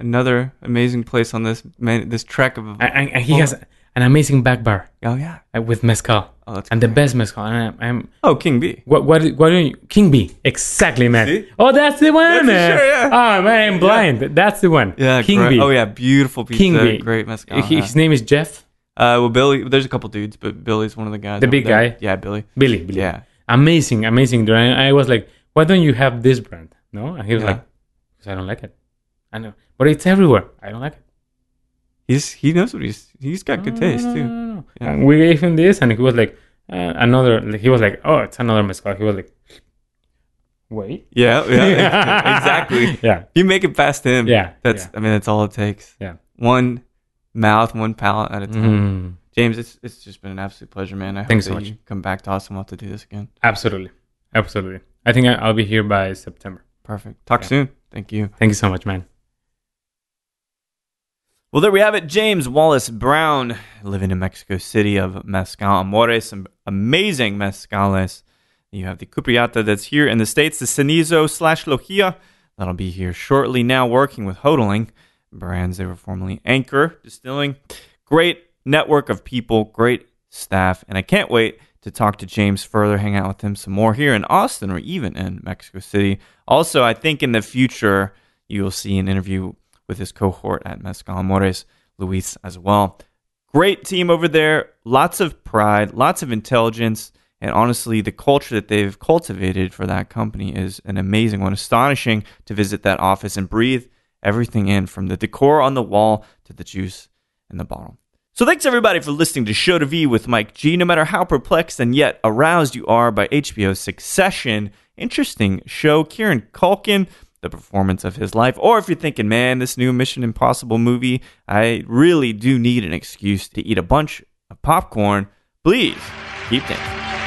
S1: another amazing place on this man, this trek of.
S2: And, and, and he
S1: Oh.
S2: has an amazing back bar
S1: oh yeah.
S2: uh, with mezcal
S1: Oh, that's
S2: and the
S1: great.
S2: best mezcal. And I'm, I'm
S1: Oh, King B.
S2: what what what do you King B exactly, man.
S1: See?
S2: Oh, that's the one,
S1: That's for
S2: man.
S1: sure, yeah.
S2: Oh man, I'm blind. That's the one.
S1: Yeah,
S2: King
S1: great.
S2: B.
S1: Oh yeah, Uh-huh. beautiful pizza.
S2: King B.
S1: Great mezcal.
S2: He-
S1: yeah.
S2: His name is Jeff.
S1: Uh, well, Billy. There's a couple dudes, but Billy's one of the guys.
S2: The
S1: over
S2: big
S1: there.
S2: guy?
S1: Yeah, Billy.
S2: Billy, Billy.
S1: Yeah.
S2: amazing, amazing. dude. And I was like, why don't you have this brand? No, and he was
S1: Yeah.
S2: like, because I don't like it. I know, but it's everywhere. I don't like it.
S1: He's he knows what he's he's got good
S2: No,
S1: taste
S2: no, no,
S1: too.
S2: no, no, no.
S1: Yeah.
S2: And we gave him this, and he was like, uh, another. like, He was like, oh, it's another mezcal. He was like, wait,
S1: Yeah, yeah, exactly.
S2: yeah,
S1: You make it past him.
S2: yeah,
S1: That's I mean that's all it takes.
S2: Yeah.
S1: One mouth, one palate at a time.
S2: Mm.
S1: James, it's it's just been an absolute pleasure, man. I
S2: Thanks so
S1: hope that
S2: much.
S1: you come back to us and we'll have to do this again.
S2: Absolutely. Absolutely. I think I, I'll be here by September.
S1: Perfect. Talk
S2: Yeah.
S1: soon. Thank you.
S2: Thank you so much, man.
S1: Well, there we have it. James Wallace Brown, living in Mexico City of Mezcal Amores, some amazing mezcales. You have the Cupriata that's here in the States, the Cenizo slash Lojia that'll be here shortly now, working with Hodling brands. They were formerly Anchor Distilling. Great network of people, great staff, and I can't wait to talk to James further, hang out with him some more here in Austin or even in Mexico City. Also, I think in the future, you'll see an interview with his cohort at Mezcal Amores, Luis, as well. Great team over there. Lots of pride, lots of intelligence, and honestly, the culture that they've cultivated for that company is an amazing one. Astonishing to visit that office and breathe everything in from the decor on the wall to the juice in the bottle. So thanks everybody for listening to Show to V with Mike G. No matter how perplexed and yet aroused you are by HBO's Succession, interesting show, Kieran Culkin, the performance of his life, or if you're thinking, man, this new Mission Impossible movie, I really do need an excuse to eat a bunch of popcorn, please keep thinking.